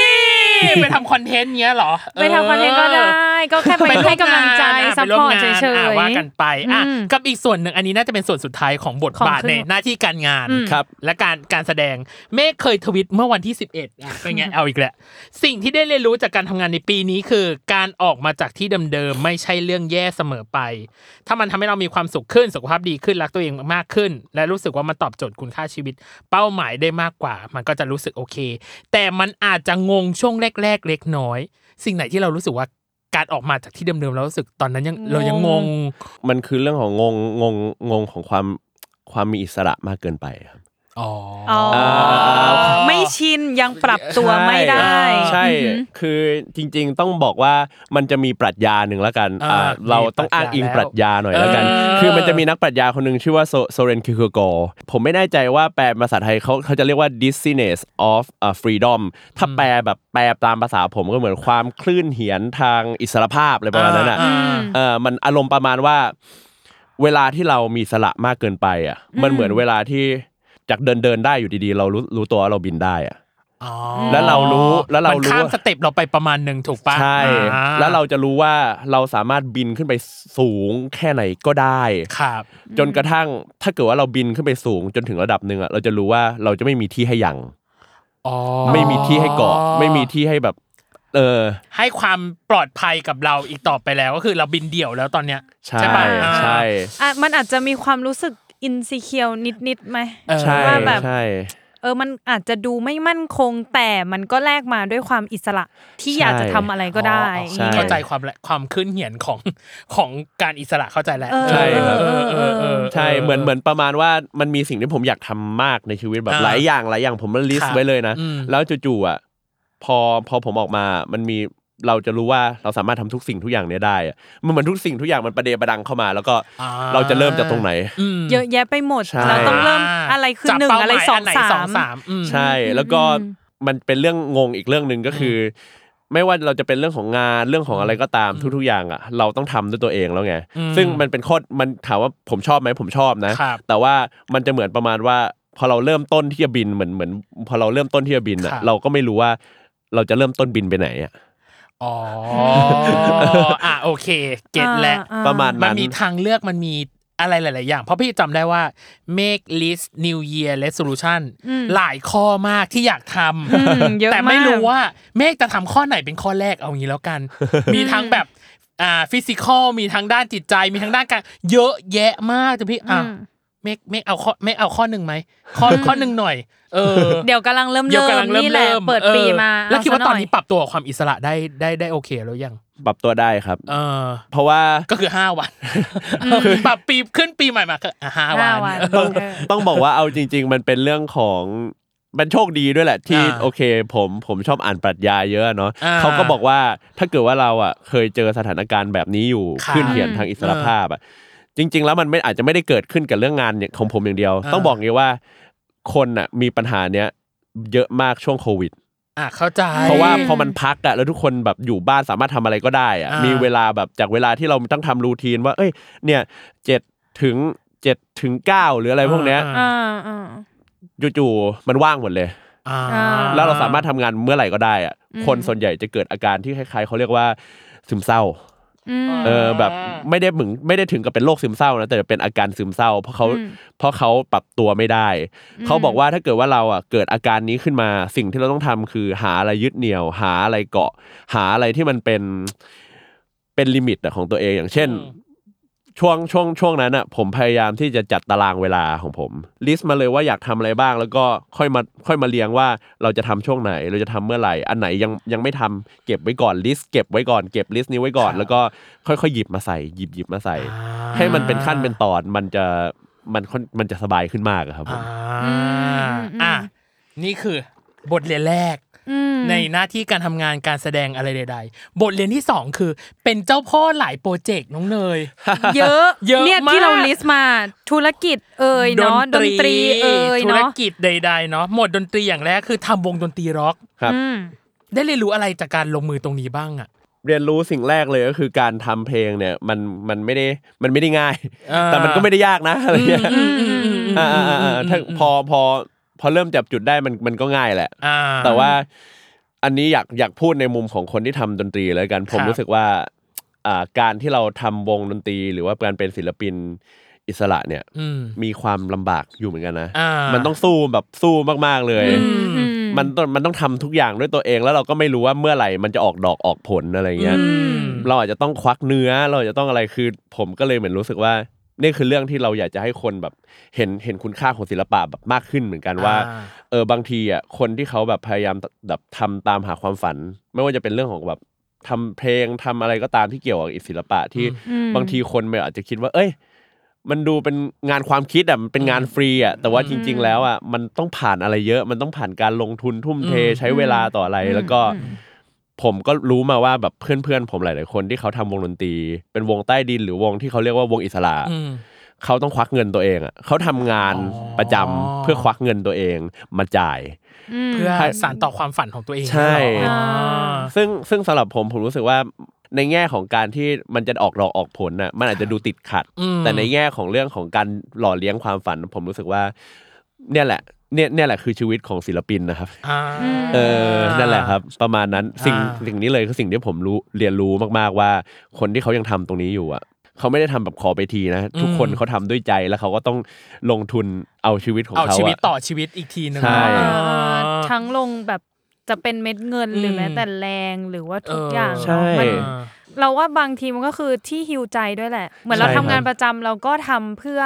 ไปทำคอนเทนต์เงี้ยเหรอ ไปทำคอนเทนต์ก็ได้ ก็แค่ไป ไป ให้กำลังใจ ร่วมาน ซัพพอร์ตเฉ ไปยวมงานอ่ะว่ากันไปอ่ะ อืม กับอีกส่วนหนึ่งอันนี้น่าจะเป็นส่วนสุดท้ายของบทบาท ของขึ้น ในหน้าที่การงาน อืม ครับ และการการแสดงเมฆเคยทวิตเมื่อวันที่ 11 อ่ะเป็นไงเอาอีกแหละสิ่งที่ได้เรียนรู้จากการทำงานในปีนี้คือ การออกมาจากที่เดิมๆไม่ใช่เรื่องแย่เสมอไป ถ้ามันทำให้เรามีความสุขขึ้นสุขภาพดีขึ้นรักตัวเองมากขึ้น และรู้สึกว่ามันตอบโจทย์คุณค่าชีวิต เป้าหมายได้มากกว่า มันก็จะรู้สึกโอเค แต่มันอาจจะงงช่วงแรก ๆ เล็กน้อย สิ่งไหนที่เรารู้สึกว่าการออกมาจากที่เดิมๆเรารู้สึกตอนนั้นยัง งง เรายังงง มันคือเรื่องของงงงงงงของความความมีอิสระมากเกินไปครับ อ๋อ ๆอ๋ออไม่ชินยังปรับตัวไม่ได้ ใช่ คือจริง ๆ ต้องบอกว่ามันจะมีปรัชญาหนึ่งแล้วกัน อ่า อ่าเราต้องอ้างอิงปรัชญาหน่อยแล้วกัน เออ คือมันจะมีนักปรัชญาคนหนึ่งชื่อว่าโซเรนคิวโกผมไม่แน่ใจว่าแปลเป็นภาษาไทยเขาเขาจะเรียกว่า dizziness of อ่า freedom ถ้าแปลแบบแปลตามภาษาผมก็เหมือนความคลื่นเหียนทางอิสรภาพอะไรประมาณนั้นอ่ะ อ่า เออมันอารมณ์ประมาณว่า เวลาที่เรามีอิสละมากเกินไปอ่ะ มันเหมือนเวลาที่จากเดินเดินได้อยู่ดีๆ เรารู้รู้ตัวว่าเราบินได้อ่ะ อ๋อ แล้วเรารู้แล้วเรารู้ มันข้ามสเต็ปเราไปประมาณหนึ่งถูกปะ ใช่ อ่า แล้วเราจะรู้ว่าเราสามารถบินขึ้นไปสูงแค่ไหนก็ได้ ครับ จนกระทั่งถ้าเกิดว่าเราบินขึ้นไปสูงจนถึงระดับหนึ่งอะเราจะรู้ว่าเราจะไม่มีที่ให้ยัง อ๋อ ไม่มีที่ให้เกาะ ไม่มีที่ให้แบบ เออ ให้ความปลอดภัยกับเราอีกต่อไปแล้วก็คือเราบินเดี่ยวแล้วตอนเนี้ย ใช่ ใช่ปะอ่า ใช่ อ่ะมันอาจจะมีความรู้สึกอินซิเคียวนิดๆไหม เออ ใช่ ว่าแบบ ใช่ เออ มันอาจจะดูไม่มั่นคงแต่มันก็แลกมาด้วยความอิสระที่อยากจะทำอะไรก็ได้ อ๋ออ๋อเข้าใจความละความขึ้นเหียนของของการอิสระเข้าใจแล้ว เออ ใช่ครับ เออเออเออ ใช่เหมือนเหมือนประมาณว่ามันมีสิ่งที่ผมอยากทำมากในชีวิตแบบ อ่า หลายอย่างหลายอย่างผมมันลิส ครั ต์ บ ไว้เลยนะ อืม แล้วจู่ๆอ่ะพอพอผมออกมา มันมีเราจะรู้ว่าเราสามารถทำทุกสิ่งทุกอย่างเนี้ยได้อะมันเหมือนทุกสิ่งทุกอย่างมันประเดประดังเข้ามา แล้วก็ อ่ เราจะเริ่มจากตรงไหน อืม เยอะแยะไปหมด ใช่ เราต้องเริ่มอะไรคือ จับ หนึ่ง เป้า อะไร มาย สอง นหน สา สอง ม สามอืม ใช่แล้วก็มันเป็นเรื่องงงอีกเรื่องหนึ่งก็คืออไม่ว่าเราจะเป็นเรื่องของงานเรื่องของอะไรก็ตามทุกๆอย่างอ่ะ เราต้องทำด้วยตัวเองแล้วไง อืม ซึ่งมันเป็นข้อมันถามว่าผมชอบไหมผมชอบนะ ครับ แต่ว่ามันจะเหมือนประมาณว่า พอเราเริ่มต้นที่จะบินเหมือนเหมือน พอเราเริ่มต้นที่จะบินอ่ะ ครับ เราก็ไม่รู้ว่าเราจะเริ่มต้นบินไปไหนอ่ะ อ๋ออ่ะโอเค เก็ตแล้ว ประมาณ มัน นั้น มีทางเลือกมันมีอะไรหลาย ๆ อย่าง เพราะพี่จำได้ว่า make list new year resolution อืม หลายข้อมากที่อยากท อืมเย ำ อะ แต่ไม่ มาก รู้ว่าเมฆจะทำข้อไหนเป็นข้อแรกเอางี้แล้ว กัน มีทั้งแบบอ่าฟิสิกอลมีทั้งด้านจิตใจมีทั้งด้านการเยอะแยะมากแต่พี่อ่ะเมฆเมฆเอาข้อเมฆเอาข้อหนึ่งไหมข้อข้อหนึ่งหน่อย เออ เดี๋ยวกำลังเริ่ม ดี๋ย เริ่มวกำลังเริ่ม นี่แหละ เริ่ม เปิดปีมา เออแล้วคิดว่า เซะห ตอน ย นี้ปรับตัวกับความอิสระได้ได้ได้โอเคแล้วยัง ปรับตัวได้ครับ เออ เพราะว่า ก็คือห้าวันปรับปีขึ้นปีใหม่มาก็อ่ะห้า ห้า วั วัน น เออ ต้องบอกว่าเอาจริง ๆ มันเป็นเรื่องของมันโชคดีด้วยแหละ ที่ อ่า โอเค ผมผมชอบอ่านปรัชญาเยอะเนาะ อ่า เขาก็บอกว่าถ้าเกิดว่าเราอ่ะเคยเจอสถานการณ์แบบนี้อยู่ ครับ ขึ้นเหียนทางอิสรภาพอ่ะจริง ๆ แล้วมันไม่อาจจะไม่ได้เกิดขึ้นกับเรื่องงานเนี่ยของผมอย่างเดียว อ่า ต้องบอกงี้ว่าคนอ่ะมีปัญหาเนี้ยเยอะมากช่วงโควิด อ่ะเข้าใจ เพราะว่าพอมันพักอะแล้วทุกคนแบบอยู่บ้านสามารถทำอะไรก็ได้อะ อ่ามี มีเวลาแบบจากเวลาที่เราต้องทำรูทีนว่า เอ้ย เนี่ยเจ็ดถึงเจ็ดถึงเก้าหรืออะไรพวกเนี้ย อ่า อ่าอ่า จู่ๆมันว่างหมดเลย อ่า แล้วเราสามารถทำงานเมื่อไหร่ก็ได้อะ อืม คนส่วนใหญ่จะเกิดอาการที่คล้ายๆเขาเรียกว่าซึมเศร้า อืม เออแบบไม่ได้มึงไม่ได้ถึงกับเป็นโรคซึมเศร้านะแต่เป็นอาการซึมเศร้า เพราะเขา อืม เพราะเขาปรับตัวไม่ได้ เขาบอกว่าถ้าเกิดว่าเราอ่ะเกิดอาการนี้ขึ้นมาสิ่งที่เราต้องทำคือหาอะไรยึดเหนี่ยว หาอะไรเกาะ หาอะไรที่มันเป็นเป็นลิมิตอะของตัวเองอย่างเช่น อืม ช่วงช่วงช่วงนั้นอ่ะผมพยายามที่จะจัดตารางเวลาของผมลิสต์มาเลยว่าอยากทำอะไรบ้าง แล้วก็ค่อยมาค่อยมาเรียงว่าเราจะทำช่วงไหน เราจะทำเมื่อไหร่ อันไหนยังยังไม่ทำเก็บไว้ก่อนลิสต์เก็บไว้ก่อนเก็บลิสต์นี้ไว้ก่อน แล้วก็ค่อยๆหยิบมาใส่หยิบหยิบมาใส่ ให้มันเป็นขั้นเป็นตอนมันจะมันค่อนมันจะสบายขึ้นมากอะครับผ อ่าม อืม อ่ะ อืม นี่คือบทเรียนแรก อืม ในหน้าที่การทำงานการแสดงอะไรใด ๆ บทเรียนที่ 2 คือ เป็นเจ้าพ่อหลายโปรเจกต์น้องเนย เยอะ เยอะ เนี่ยที่ มาก เราลิสต์มาธุรกิจเอ่ยเนาะดนตรีเอ่ย ธุร เนาะ กิจใด ๆ เนาะหมวดดนตรีอย่างแรกคือทำวงดนตรีร็อก ครับ อืม ได้เรียนรู้อะไรจากการลงมือตรงนี้บ้างอ่ะ เรียนรู้สิ่งแรกเลยก็คือการทำเพลงเนี่ยมันมันไม่ได้มันไม่ได้ง่าย อ่า แต่มันก็ไม่ได้ยากนะอะไรเงี้ยอ่าอ่าอ่าถ้าพอพอพอเริ่มจับจุดได้มันมันก็ง่ายแหละ อ่า แต่ว่าอันนี้อยากอยากพูดในมุมของคนที่ทำดนตรีแล้วกัน ผม ครับ รู้สึกว่าอ่าการที่เราทำวงดนตรี หรือว่าการเป็นศิลปินอิสระเนี่ย อืม มีความลำบากอยู่เหมือนกันนะ อ่ามั มันต้องสู้แบบสู้มากๆเลย อืม มันต้องมันต้องทำทุกอย่างด้วยตัวเองแล้วเราก็ไม่รู้ว่าเมื่อไหร่มันจะออกดอกออกผลอะไรเงี้ย อืม เราอาจจะต้องควักเนื้อเราอาจจะต้องอะไรคือผมก็เลยเหมือนรู้สึกว่า นี่คือเรื่องที่เราอยากจะให้คนแบบเห็นเห็นคุณค่าของศิลปะแบบมากขึ้นเหมือนกันว่า อ่า เออบางทีอ่ะคนที่เขาแบบพยายามแบบทำตามหาความฝัน ไม่ว่าจะเป็นเรื่องของแบบทำเพลงทำอะไรก็ตามที่เกี่ยวกับศิลปะที่บางทีคนมันอาจจะคิดว่า เอ้ย มันดูเป็นงานความคิดอ่ะมันเป็นงานฟรีอ่ะแต่ว่าจริง ๆ แล้วอ่ะมันต้องผ่านอะไรเยอะ มันต้องผ่านการลงทุนทุ่มเท อืม ใช้เวลาต่ออะไร อืม แล้วก็ ผมก็รู้มาว่าแบบเพื่อนๆ ผมหลาย ๆ คนที่เขาทำวงดนตรี เป็นวงใต้ดินหรือวงที่เขาเรียกว่าวงอิสระ อืม เขาต้องควักเงินตัวเองอ่ะเขาทำงาน อ๋อ ประจำเพื่อควักเงินตัวเองมาจ่าย เพื่อ ใช่ สานต่อความฝันของตัวเอง ใช่ เหรออ่า ซึ่งซึ่งสำหรับผมผมรู้สึกว่าในแง่ของการที่มันจะออกดอกออกผลน่ะมันอาจจะดูติดขัด อืม แต่ในแง่ของเรื่องของการหล่อเลี้ยงความฝัน ผมรู้สึกว่า เนี่ยแหละ เนี่ยเนี่ยแหละคือชีวิตของศิลปินนะครับ อ่า เออนั่นแหละครับ ประมาณนั้นสิ่ง อ่า สิ่งนี้เลยคือสิ่งที่ผมรู้เรียนรู้มากๆว่า คนที่เขายังทำตรงนี้อยู่อ่ะเขาไม่ได้ทำแบบขอไปทีนะ ทุกคนเขาทำด้วยใจแล้วเขาก็ต้องลงทุนเอาชีวิตของ เอา เขา ชีวิต อะ ต่อชีวิตอีกทีหนึง ใช่ อ่า ทั้งลงแบบจะเป็นเม็ดเงินหรืออ ม แม้แต่แรงหรือว่า เ ทุกอย่าง ใช่ มัน อ่า เราว่าบางทีมันก็คือที่ฮิวใจด้วยแหละ เหมือนเรา ใช่ ทำงาคนรับ ประจำเราก็ทำเพื่อ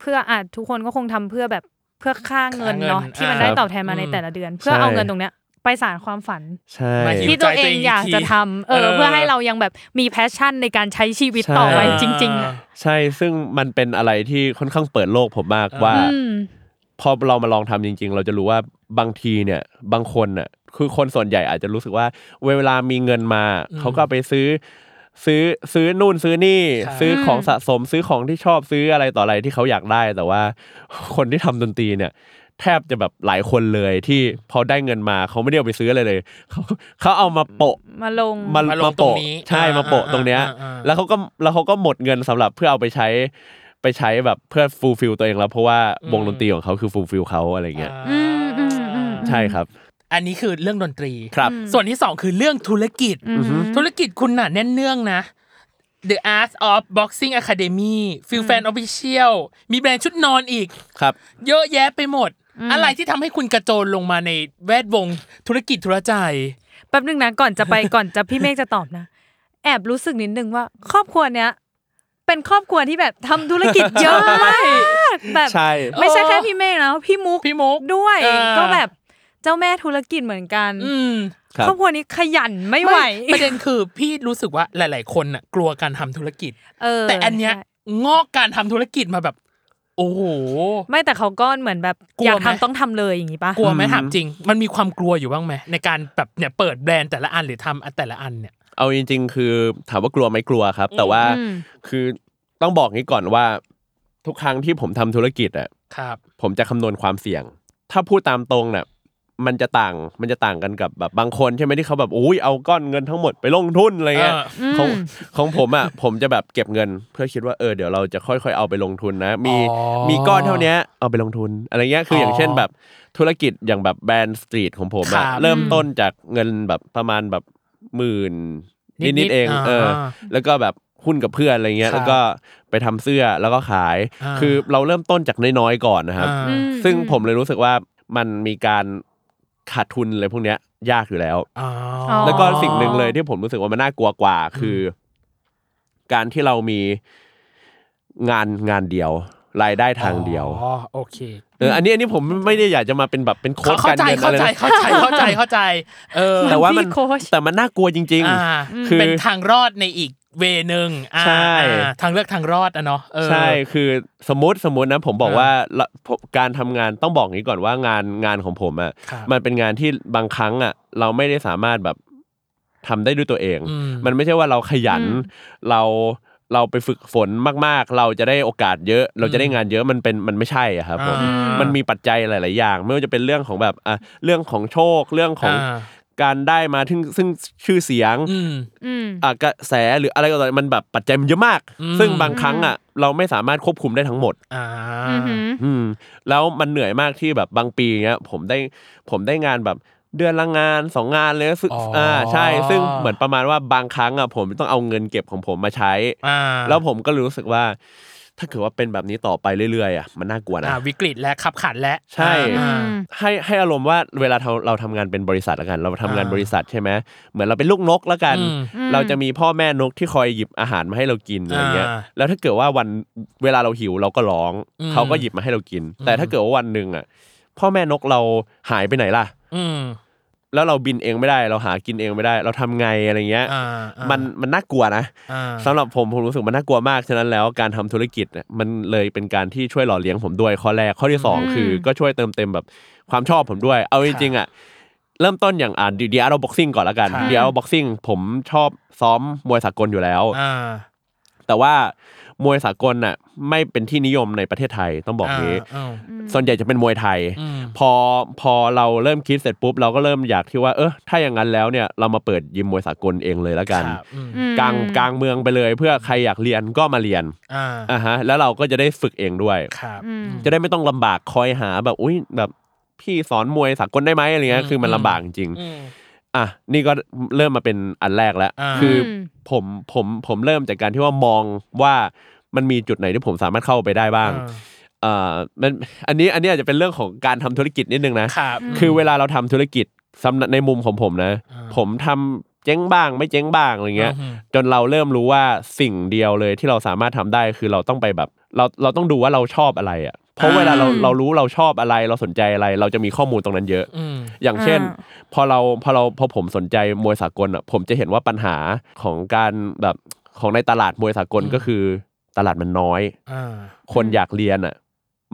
เพื่ออาจทุกคนก็คงทำเพื่อแบบเพื่อค่าเงินเนาะ ค่าเงิน ที่มันได้ ครับ ตอบแทนมาใน อืม แต่ละเดือน เพื่อเอาเงินตรงเนี้ยไปสานความฝัน ใช่ มาหิ ที่ ใจ ตัว ตั เอ วเอง ง อยาก อีกที จะทำเออ เออ เพื่อให้เรายังแบบมีแพชชั่นในการใช้ชีวิตต่อไปจริง ๆอะ ใช่ซึ่งมันเป็นอะไรที่ค่อนข้างเปิดโลกผมมากว่า อืม พอเรามาลองทำจริง ๆ เราจะรู้ว่าบางทีเนี่ยบางคนน่ะคือคนส่วนใหญ่อาจจะรู้สึกว่าเวลามีเงินมา เขาก็ไปซื้อ ซื้อซื้อนู่นซื้อนี่ ครับ ซื้อของสะสมซื้อของที่ชอบซื้ออะไรต่ออะไรที่เขาอยากได้ แต่ว่าคนที่ทำดนตรีเนี่ย แทบจะแบบหลายคนเลยที่พอได้เงินมาเขาไม่ได้เอาไปซื้ออะไรเลยเขาเขาเอามาโปะ มาลง มา มาลง มา ตรง โปะ นี้ ใช่ อ่าม มาโปะ อ่า ตรงเนี้ย อ่าอ่า แล้วเขาก็แล้วเขาก็หมดเงินสำหรับเพื่อเอาไปใช้ไปใช้แบบเพื่อฟูลฟิลตัวเองแล้ว เพราะว่าวงดนตรีของเขาคือฟูลฟิลเขาอะไรเงี้ย อืมอืมอืม ใช่ครับ อันนี้คือเรื่องดนตรี ครับ ส่วนที่สองคือเรื่องธุรกิจ ธุรกิจคุณน่ะแน่นเนื่องนะ The Art of Boxing Academy f i l Fan Official มีแบรนด์ชุดนอนอีก ครับ เยอะแยะไปหมด อะไรที่ทำให้คุณกระโจนลงมาในแวดวงธุรกิจธุรใจย แป๊บนึงนะก่อนจะไปก่อนจะพี่เมฆจะตอบนะ แอบรู้สึกนิดนึงว่า ครอบครัวเนี้ยเป็นครอบครัวที่แบบทำธุรกิจเยอะมากแบบ ใช่ ไม่ใช่ เออ แค่พี่เมฆนะพี่มุก พี่มุก ด้วย เออ ก็แบบเจ้าแม่ธุรกิจเหมือนกัน อืม ครับ ครอบครัวนี้ขยันไม่ไหว ประเด็นคือพี่รู้สึกว่าหลาย ๆ คนน่ะกลัวการทำธุรกิจ เออ แต่อันเนี้ย ใช่ งอกการทำธุรกิจมาแบบ โอ้โห ไม่แต่เขาก็เหมือนแบบ กลัว อยาก ไหม ทำต้องทำเลยอย่างงี้ปะ กลัวไหมถามจริง มันมีความกลัวอยู่บ้างไหมในการแบบเนี่ยเปิดแบรนด์แต่ละอันหรือทำอันแต่ละอันเนี่ย เอาจริง ๆ คือถามว่ากลัวไหมกลัวครับ แต่ว่า อืม คือต้องบอกนี้ก่อนว่า ทุกครั้งที่ผมทำธุรกิจอ่ะ ครับ ผมจะคำนวณความเสี่ยง ถ้าพูดตามตรงเนี่ยมันจะต่าง มันจะต่างกันกับแบบบางคนใช่ไหมที่เขาแบบอุ้ยเอาก้อนเงินทั้งหมดไปลงทุนอะไรเงี้ย เออ ของของผมอ่ะ ผมจะแบบเก็บเงิน เพื่อคิดว่าเออเดี๋ยวเราจะค่อยๆเอาไปลงทุนนะ มี อ๋อ มีก้อนเท่าเนี้ยเอาไปลงทุนอะไรเงี้ยคืออย่างเช่นแบบธุรกิจอย่างแบบแบรนด์สตรีทของผม ครั อ่ะ บ เริ่มต้นจากเงินแบบประมาณแบบหมื่น นิดๆ นิดๆเอง อ่า เออ แล้วก็แบบหุ้นกับเพื่อนอะไรเงี้ย ครับ แล้วก็ไปทำเสื้อแล้วก็ขาย อ่า คือเราเริ่มต้นจากน้อยๆก่อนนะครับ อ่า อืม ซึ่งผมเลยรู้สึกว่ามันมีการขาดทุนอะไรพวกเนี้ยยากอยู่แล้ว อ๋อ แล้วก็สิ่งหนึ่งเลยที่ผมรู้สึกว่ามันน่ากลัวกว่าคือ การที่เรามีงานงานเดียว รายได้ทางเดียว อ๋อโอเค เอออันนี้อันนี้ผมไม่ได้อยากจะมาเป็นแบบเป็นโค้ด เข้า การ ใจ เงิน เข้า อะไร ใจ นะ เข้าใจเข้าใจเข้าใจ เออ แต่ว่ามัน พี่โค้ช แต่มันน่ากลัวจริง อ่า คือ เป็นทางรอดในอีกเวนึงอ่าอ่าทางเลือกทางรอดอ่ะเนาะเออ ๆ ใช่คือสมมติสมมตินะผมบอก อ่า ว่าละผมการทำงานต้องบอกอย่างนี้ก่อนว่างานงานของผมอ่ะ ครับ มันเป็นงานที่บางครั้งอ่ะ เราไม่ได้สามารถแบบทำได้ด้วยตัวเอง อืม มันไม่ใช่ว่าเราขยันเราเราไปฝึกฝนมากๆ เราจะได้โอกาสเยอะ เราจะได้งานเยอะมันเป็นมันไม่ใช่อะครับผม อ่ามั มันมีปัจจัยหลาย ๆ อย่าง ไม่ว่าจะเป็นเรื่องของแบบอ่ะเรื่องของโชคเรื่องของ า การได้มาถึงซึ่งชื่อเสียง อืม อืม อ่ะกระแสหรืออะไรก็ตามมันแบบปัจจัยมันเยอะมาก อืม ซึ่งบางครั้งอ่ะเราไม่สามารถควบคุมได้ทั้งหมด อ่า อือหือ อืมแล้วมันเหนื่อยมากที่แบบบางปีเงี้ยผมได้ผมได้งานแบบเดือนละงานสองงานเลยซึ่ง อ๋ออ่ อ่าใช่ซึ่งเหมือนประมาณว่าบางครั้งอ่ะผมต้องเอาเงินเก็บของผมมาใช้ อ่า แล้วผมก็รู้สึกว่า ถ้าเกิดว่าเป็นแบบนี้ต่อไปเรื่อยๆอ่ะมันน่ากลัวนะ อ่าวิกฤตและขับขันและ ใช่ อ่า ให้ให้อารมณ์ว่าเวลาเราเราทำงานเป็นบริษัทละกัน เราทำงาน อ่า บริษัทใช่ไหมเหมือนเราเป็นลูกนกละกัน อืม เราจะมีพ่อแม่นกที่คอยหยิบอาหารมาให้เรากินอะไรเงี้ย อ่า แล้วถ้าเกิดว่าวันเวลาเราหิวเราก็ร้อง อืม เขาก็หยิบมาให้เรากิน แต่ถ้าเกิดว่าวันหนึ่งอ่ะพ่อแม่นกเราหายไปไหนล่ะ อืม แล้วเราบินเองไม่ได้ เราหากินเองไม่ได้ เราทำไงอะไรเงี้ย อ่าอ่า มันมันน่ากลัวนะ อ่า สำหรับผมผมรู้สึกมันน่ากลัวมากฉะนั้นแล้วการทำธุรกิจเนี่ยมันเลยเป็นการที่ช่วยหล่อเลี้ยงผมด้วยข้อแรกข้อที่สองคือก็ช่วยเติมเต็มแบบความชอบผมด้วย เอาจริงๆอ่ะเริ่มต้นอย่างอ่านเดียร์เราบ็อกซิ่งก่อนละกัน ครับ เดียร์เราบ็อกซิ่งผมชอบซ้อมมวยสากลอยู่แล้ว อ่า แต่ว่า มวยสากลน่ะไม่เป็นที่นิยมในประเทศไทยต้องบอกนี้ า ส่วนใหญ่จะเป็นมวยไทย ๆอืม พอพอเราเริ่มคิดเสร็จปุ๊บเราก็เริ่มอยากที่ว่าเออถ้าอย่างนั้นแล้วเนี่ยเรามาเปิดยิมมวยสากลเองเลยละกัน ครับอืม กลางกลางเมืองไปเลยเพื่อใครอยากเรียนก็มาเรียน อ่า อ่ะฮะแล้วเราก็จะได้ฝึกเองด้วย ครับ จะได้ไม่ต้องลำบากคอยหาแบบอุ้ยแบบพี่สอนมวยสากลได้ไหมอะไรเงี้ย อืม คือมัน อืม ลำบากจริง อืม ๆอ่ะนี่ก็เริ่มมาเป็นอันแรกแล้ว อ่า คืออผมผมผมเริ่มจากการที่ว่ามองว่ามันมีจุดไหนที่ผมสามารถเข้าไปได้บ้างเอ่อมันอันนี้อันนี้อาจจะเป็นเรื่องของการทำธุรกิจนิดนึงนะ ครับ คือเวลาเราทำธุรกิจสำหรับในมุมของผมนะ อ่า ผมทำเจ๊งบ้างไม่เจ๊งบ้างอะไรเงี้ย อืม จนเราเริ่มรู้ว่าสิ่งเดียวเลยที่เราสามารถทำได้คือเราต้องไปแบบ เราเราต้องดูว่าเราชอบอะไรอ่ะเพราะ อ่า เวลาเราเรารู้เราชอบอะไร เราสนใจอะไร เราจะมีข้อมูลตรงนั้นเยอะ อืม อย่างเช่น อ่า พอเราพอเราพอผมสนใจมวยสากลอ่ะผมจะเห็นว่าปัญหาของการแบบของในตลาดมวยสากล อืม ก็คือ ตลาดมันน้อย อ่า คนอยากเรียนอ่ะ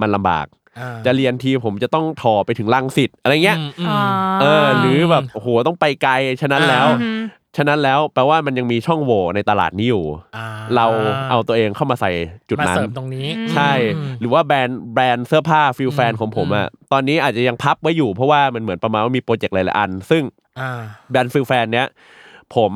มันลำบาก อ่า จะเรียนทีผมจะต้องถอไปถึงลังสิตอะไรเงี้ย อืมอืม อ่า เออหรือแบบโอ้โหต้องไปไกลฉะนั้นแล้ว อ่า ม ฉะนั้นแล้วแปลว่ามันยังมีช่องโหว่ในตลาดนี้อยู่ อ่ เราเอาตัวเองเข้ามาใส่จุด มา นั้น เสริมตรงนี้ อืม ใช่ หรือว่าแบรนด์แบรนด์เสื้อผ้าฟิลแฟน อืม ของผมอ่ะตอนนี้อาจจะยังพับไว้อยู่เพราะว่ามันเหมือนประมาณว่ามีโปรเจกต์หลายๆอัน ซึ่ง อ่า แบรนด์ฟิลแฟนเนี้ยผม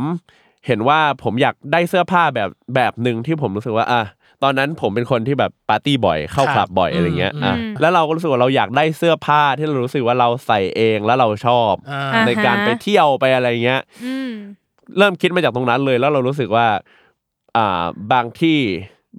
เห็นว่าผมอยากได้เสื้อผ้าแบบแบบหนึ่งที่ผมรู้สึกว่าอ่ะตอนนั้นผมเป็นคนที่แบบปาร์ตี้บ่อยเข้า ครับ คลับบ่อยอะไรเงี้ย อืม อ่ะแล้วเราก็รู้สึกว่าเราอยากได้เสื้อผ้าที่เรารู้สึกว่าเราใส่เองแล้วเราชอบ อ่า อ่า ในการไปเที่ยวไปอะไรเงี้ย อืม เริ่มคิดมาจากตรงนั้นเลยแล้วเรารู้สึกว่า อ่าบางที่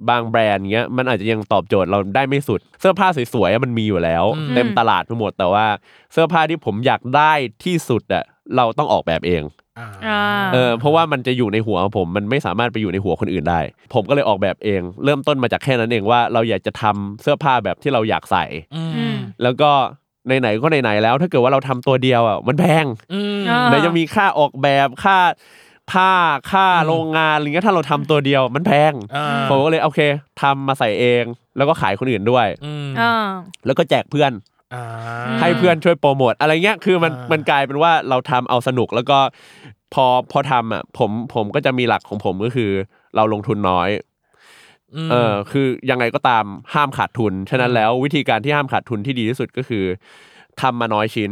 บางแบรนด์เงี้ยมันอาจจะยังตอบโจทย์เราได้ไม่สุด เสื้อผ้าสวยๆอะมันมีอยู่แล้ว เต็มตลาดไปหมดแต่ว่า เสื้อผ้าที่ผมอยากได้ที่สุดอะเราต้องออกแบบเอง อ่า อ่า เออเพราะว่ามันจะอยู่ในหัวของผมมันไม่สามารถไปอยู่ในหัวคนอื่นได้ ผมก็เลยออกแบบเอง เริ่มต้นมาจากแค่นั้นเองว่าเราอยากจะทำเสื้อผ้าแบบที่เราอยากใส่ อืม อืม แล้วก็ไหนๆก็ไหนๆแล้วถ้าเกิดว่าเราทำตัวเดียวอ่ะมันแพง อืม อ่า ไหนจะมีค่าออกแบบค่าผ้าค่าโรงงานอะไรเงี้ยถ้าเราทำตัวเดียวมันแพง อ่า ผมก็เลยโอเคทำมาใส่เอง แล้วก็ขายคนอื่นด้วย อืม อ่า แล้วก็แจกเพื่อน อ่า ม ให้เพื่อนช่วยโปรโมทอะไรเงี้ยคือมัน อ่ามั มันกลายเป็นว่าเราทำเอาสนุกแล้วก็พอพอทำอ่ะผมผมก็จะมีหลักของผมก็คือ เราลงทุนน้อย ม เออคือยังไงก็ตามห้ามขาดทุน ฉะนั้นแล้ววิธีการที่ห้ามขาดทุนที่ดีที่สุดก็คือทำมาน้อยชิ้น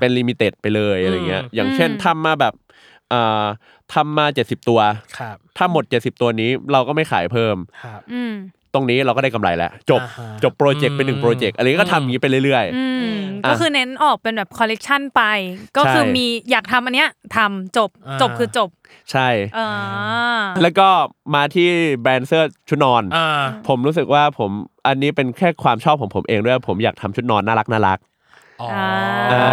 เป็นลิมิเต็ดไปเลยอะไรเงี้ย อืม อย่างเช่น อืม ทำมาแบบเอ่อทำมาเจ็ดสิบตัว ครับ ถ้าหมดเจ็ดสิบตัวนี้เราก็ไม่ขายเพิ่ม ครับ อืม ตรงนี้เราก็ได้กำไรแล้ว จบ อ่าฮะ จบโปรเจกต์เป็นหนึ่งโปรเจกต์อะไรก็ทำอย่างนี้ไปเรื่อย อืม อ่ะ ก็คือเน้นออกเป็นแบบคอลเลกชันไป ก็ ใช่ คือมีอยากทำอันเนี้ยทำจบ อ่า จบคือจบ ๆ ใช่ เอออ แล้วก็มาที่แบรนด์เสื้อชุดนอน อ่า ผมรู้สึกว่าผมอันนี้เป็นแค่ความชอบของผมเองด้วย ผมอยากทำชุดนอนน่ารักน่ารัก อ๋อ อ๋ออ่อ่า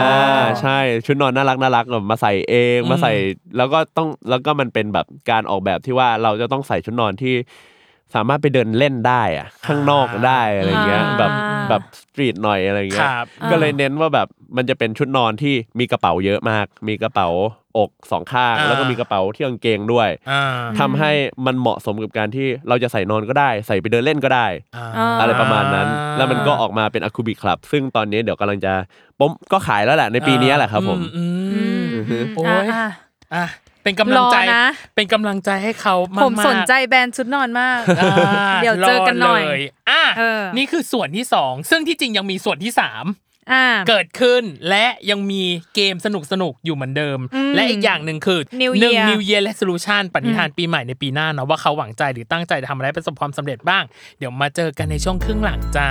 า ใช่ชุดนอนน่ารักน่ารักแบบมาใส่เอง อืม มาใส่แล้วก็ต้องแล้วก็มันเป็นแบบการออกแบบที่ว่าเราจะต้องใส่ชุดนอนที่สามารถไปเดินเล่นได้อะข้างนอกได้อะไรเงี้ย อ่า แบบแบบสตรีทหน่อยอะไร ค เงี้ย รับ ก็เลยเน้นว่าแบบมันจะเป็นชุดนอนที่มีกระเป๋าเยอะมาก มีกระเป๋าอกสองข้าง อ่า แล้วก็มีกระเป๋าที่กางเกงด้วย อ่า ทำให้มันเหมาะสมกับการที่เราจะใส่นอนก็ได้ ใส่ไปเดินเล่นก็ได้ อ่า อะไรประมาณนั้น แล้วมันก็ออกมาเป็นอะคูบิคลับ ซึ่งตอนนี้เดี๋ยวกำลังจะผมก็ขายแล้วแหละในปีนี้แหละครับผม อื อืม ม อืม โอ้ย อ่ะอ่ะ อ่ะเป็นกำลังใจ รอนะ เป็นกำลังใจให้เขามากๆ ผมสนใจแบรนด์ชุดนอนมาก อ่า เดี๋ยวเจอกันหน่อย รเลอ่ะ เออ นี่คือส่วนที่สองซึ่งที่จริงยังมีส่วนที่สาม อ่า เกิดขึ้นและยังมีเกมสนุกสนุกๆอยู่เหมือนเดิม อืม และอีกอย่างหนึ่งคือ New หนึ่ง Year New Year Resolution ปณิธานปีใหม่ในปีหน้าเนาะว่าเขาหวังใจหรือตั้งใจจะทำอะไรให้ประสบความสำเร็จบ้าง เดี๋ยวมาเจอกันในช่วงครึ่งหลังจ้า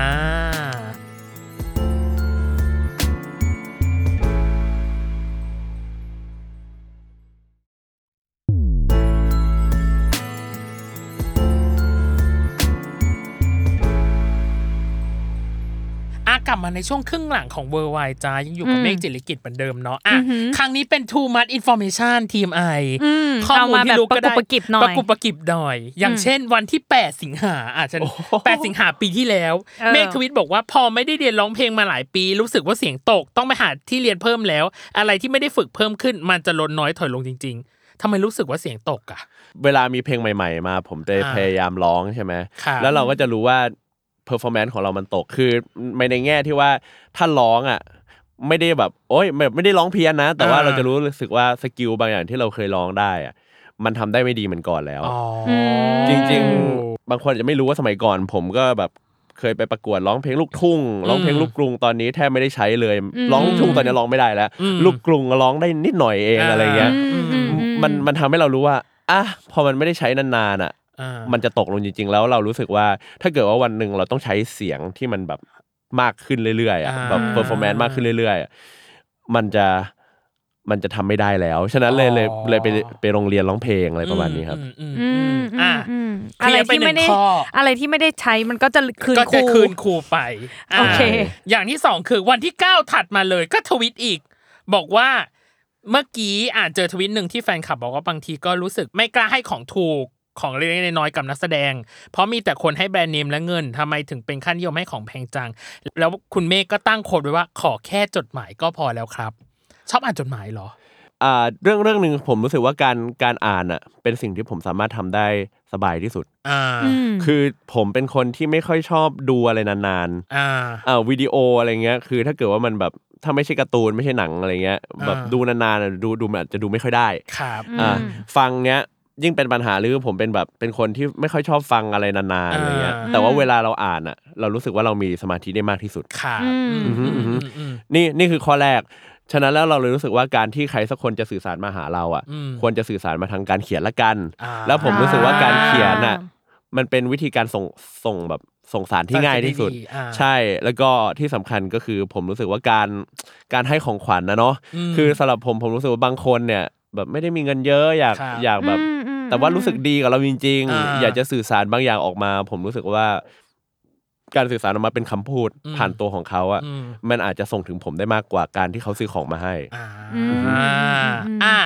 อากลับมาในช่วงครึ่งหลังของเวอร์ไวจ้ายังอยู่กับ อืม เมฆจิริกิจเหมือนเดิมเนาะอ่ะ อือหือ ครั้งนี้เป็น too much information ทีมไอ อืม ข้อ เอา มูล มาแบ ที่ บ รู้ ประกุก็ได้ บประกิบหน่อ ประ ย กุบประกิบหน่อย อย่าง อืม เช่นวันที่ 8 สิงหาอาจจะ8สิงหาปีที่แล้ว เออ เมฆทวิตบอกว่าพอไม่ได้เรียนร้องเพลงมาหลายปี รู้สึกว่าเสียงตกต้องไปหาที่เรียนเพิ่มแล้ว อะไรที่ไม่ได้ฝึกเพิ่มขึ้น มันจะลดน้อยถอยลงจริง ๆทำไมรู้สึกว่าเสียงตกอ่ะ เวลามีเพลงใหม่ ๆ มา ผมจะ อ่า พยายามร้องใช่ไหม ครับ แล้วเราก็จะรู้ว่าเพอร์ฟอร์แมนซ์ของเรามันตก คือไม่ในแง่ที่ว่าถ้าร้องอ่ะไม่ได้แบบ โอ๊ยไม่ไม่ได้ร้องเพี้ยนนะ แต่ว่า อ่า เราจะรู้สึกว่าสกิลบางอย่างที่เราเคยร้องได้อ่ะมันทำได้ไม่ดีเหมือนก่อนแล้ว อ๋อ ม จริง บางคนอาจจะไม่รู้ว่าสมัยก่อน ผมก็แบบเคยไปประกวดร้องเพลงลูกทุ่งร้องเพลงลูกกรุงตอนนี้แทบไม่ได้ใช้เลย ร้องลูกทุ่งตอนนี้ร้องไม่ได้แล้ว อืม ลูกกรุงร้องได้นิดหน่อยเองอะไรเงี้ย อืม มันมันทำให้เรารู้ว่าอ่ะพอมันไม่ได้ใช้นานๆอ่ะ อ่า มันจะตกลงจริงๆ แล้วเรารู้สึกว่าถ้าเกิดว่าวันหนึ่งเราต้องใช้เสียงที่มันแบบมากขึ้นเรื่อยๆอะ อ่า แบบเ e อร์ฟอร์แมนซ์มากขึ้นเรื่อยๆอะมันจะมันจะทำไม่ได้แล้ว ฉะนั้นเลยเลย อ๋อ เลยไปไปโรงเรียนร้องเพลงอะไรประมาณนี้ครับ อืม อื อืม ม อืมอ่ะ อืม เคลียร์ไป ที่ไม่ได้ หนึ่งข้ออ อะไรที่ไม่ได้ใช้มันก็จะคืน ก็ ค จะ รู คืนครูไปา โอเค อย่างที่สองคือวันที่ 9 ถัดมาเลยก็ทวิตอีก บอกว่าเมื่อกี้อ่านเจอทวิตหนึ่งที่แฟนคลับบอกว่าบางทีก็รู้สึกไม่กล้าให้ของถูกของเล็กๆน้อยๆกับนักแสดง เพราะมีแต่คนให้แบรนด์เนมและเงินทำไมถึงเป็นขั้นนิยมให้ของแพงจัง แล้วคุณเมฆก็ตั้งโคดไว้ว่าขอแค่จดหมายก็พอแล้วครับ ชอบอ่านจดหมายเหรอ อ่าเรื่องเรื่องหนึ่งผมรู้สึกว่าการการอ่านอ่ะเป็นสิ่งที่ผมสามารถทำได้สบายที่สุด อ่า คือผมเป็นคนที่ไม่ค่อยชอบดูอะไรนานๆ อ่า อ่าวิดีโออะไรเงี้ยคือถ้าเกิดว่ามันแบบถ้าไม่ใช่การ์ตูนไม่ใช่หนังอะไรเงี้ยแบบ อ่า ดูนานๆอะดูดูมันอาจจะดูไม่ค่อยได้ ครับ อ่าฟังเงี้ยยิ่งเป็นปัญหาหรือผมเป็นแบบเป็นคนที่ไม่ค่อยชอบฟังอะไรนานๆอะไรเงี้ย อ่า แต่ว่าเวลาเราอ่านอ่ะเรารู้สึกว่าเรามีสมาธิได้มากที่สุด ครับ อืมอืมอืม อืม นี่นี่คือข้อแรก ฉะนั้นแล้วเราเลยรู้สึกว่าการที่ใครสักคนจะสื่อสารมาหาเราอ่ะ อืม ควรจะสื่อสารมาทางการเขียนละกัน อ่า แล้วผมรู้สึกว่าการเขียนน่ะมันเป็นวิธีการส่งส่งแบบส่งสารที่ง่ายที่สุด สารที่ดีอ่า ใช่แล้วก็ที่สำคัญก็คือผมรู้สึกว่าการการให้ของขวัญนะเนาะ อืม คือสำหรับผมผมรู้สึกว่าบางคนเนี่ย แบบไม่ได้มีเงินเยอะอยาก ครับ อยากแบบ แต่ว่ารู้สึกดีกับเราจริง อ่า ๆอยากจะสื่อสารบางอย่างออกมา ผมรู้สึกว่า การสื่อสารออกมาเป็นคำพูด อืม ผ่านตัวของเขาอ่ะ อืม มันอาจจะส่งถึงผมได้มากกว่าการที่เขาซื้อของมาให้ อ่า อืมอืมอืม อ่า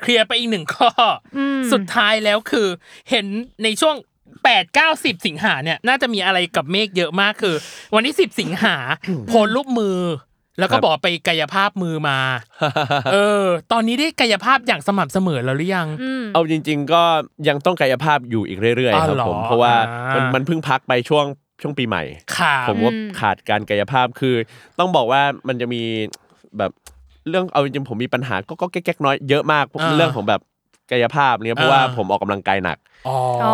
เคลียร์ไปอีกหนึ่งข้ออสุดท้ายแล้วคือ เห็นในช่วง 8 9 10 สิงหาเนี่ย น่าจะมีอะไรกับเมฆเยอะมากคือ วันที่ 10 สิงหา โพลรูปมือ แล้วก็ ครับ บอกไปกายภาพมือ มา เออ ตอนนี้ได้กายภาพอย่างสม่ำเสมอแล้วหรือยัง เอาจริง ๆ ก็ยังต้องกายภาพอยู่อีกเรื่อยๆค อ๋ รั อบเหรอ ผมเพราะว่า อ่ามั มันมันเพิ่งพักไปช่วงช่วงปีใหม่ ค่ะ ผมว่าขาดการกายภาพคือ ต้องบอกว่ามันจะมีแบบเรื่องเอาจริงๆผมมีปัญหาก็ก็แก๊กๆน้อยเยอะมาก อ่า เรื่องของแบบกายภาพเนี่ยเพราะ อ่า ว่าผมออกกำลังกายหนัก อ๋อ เอ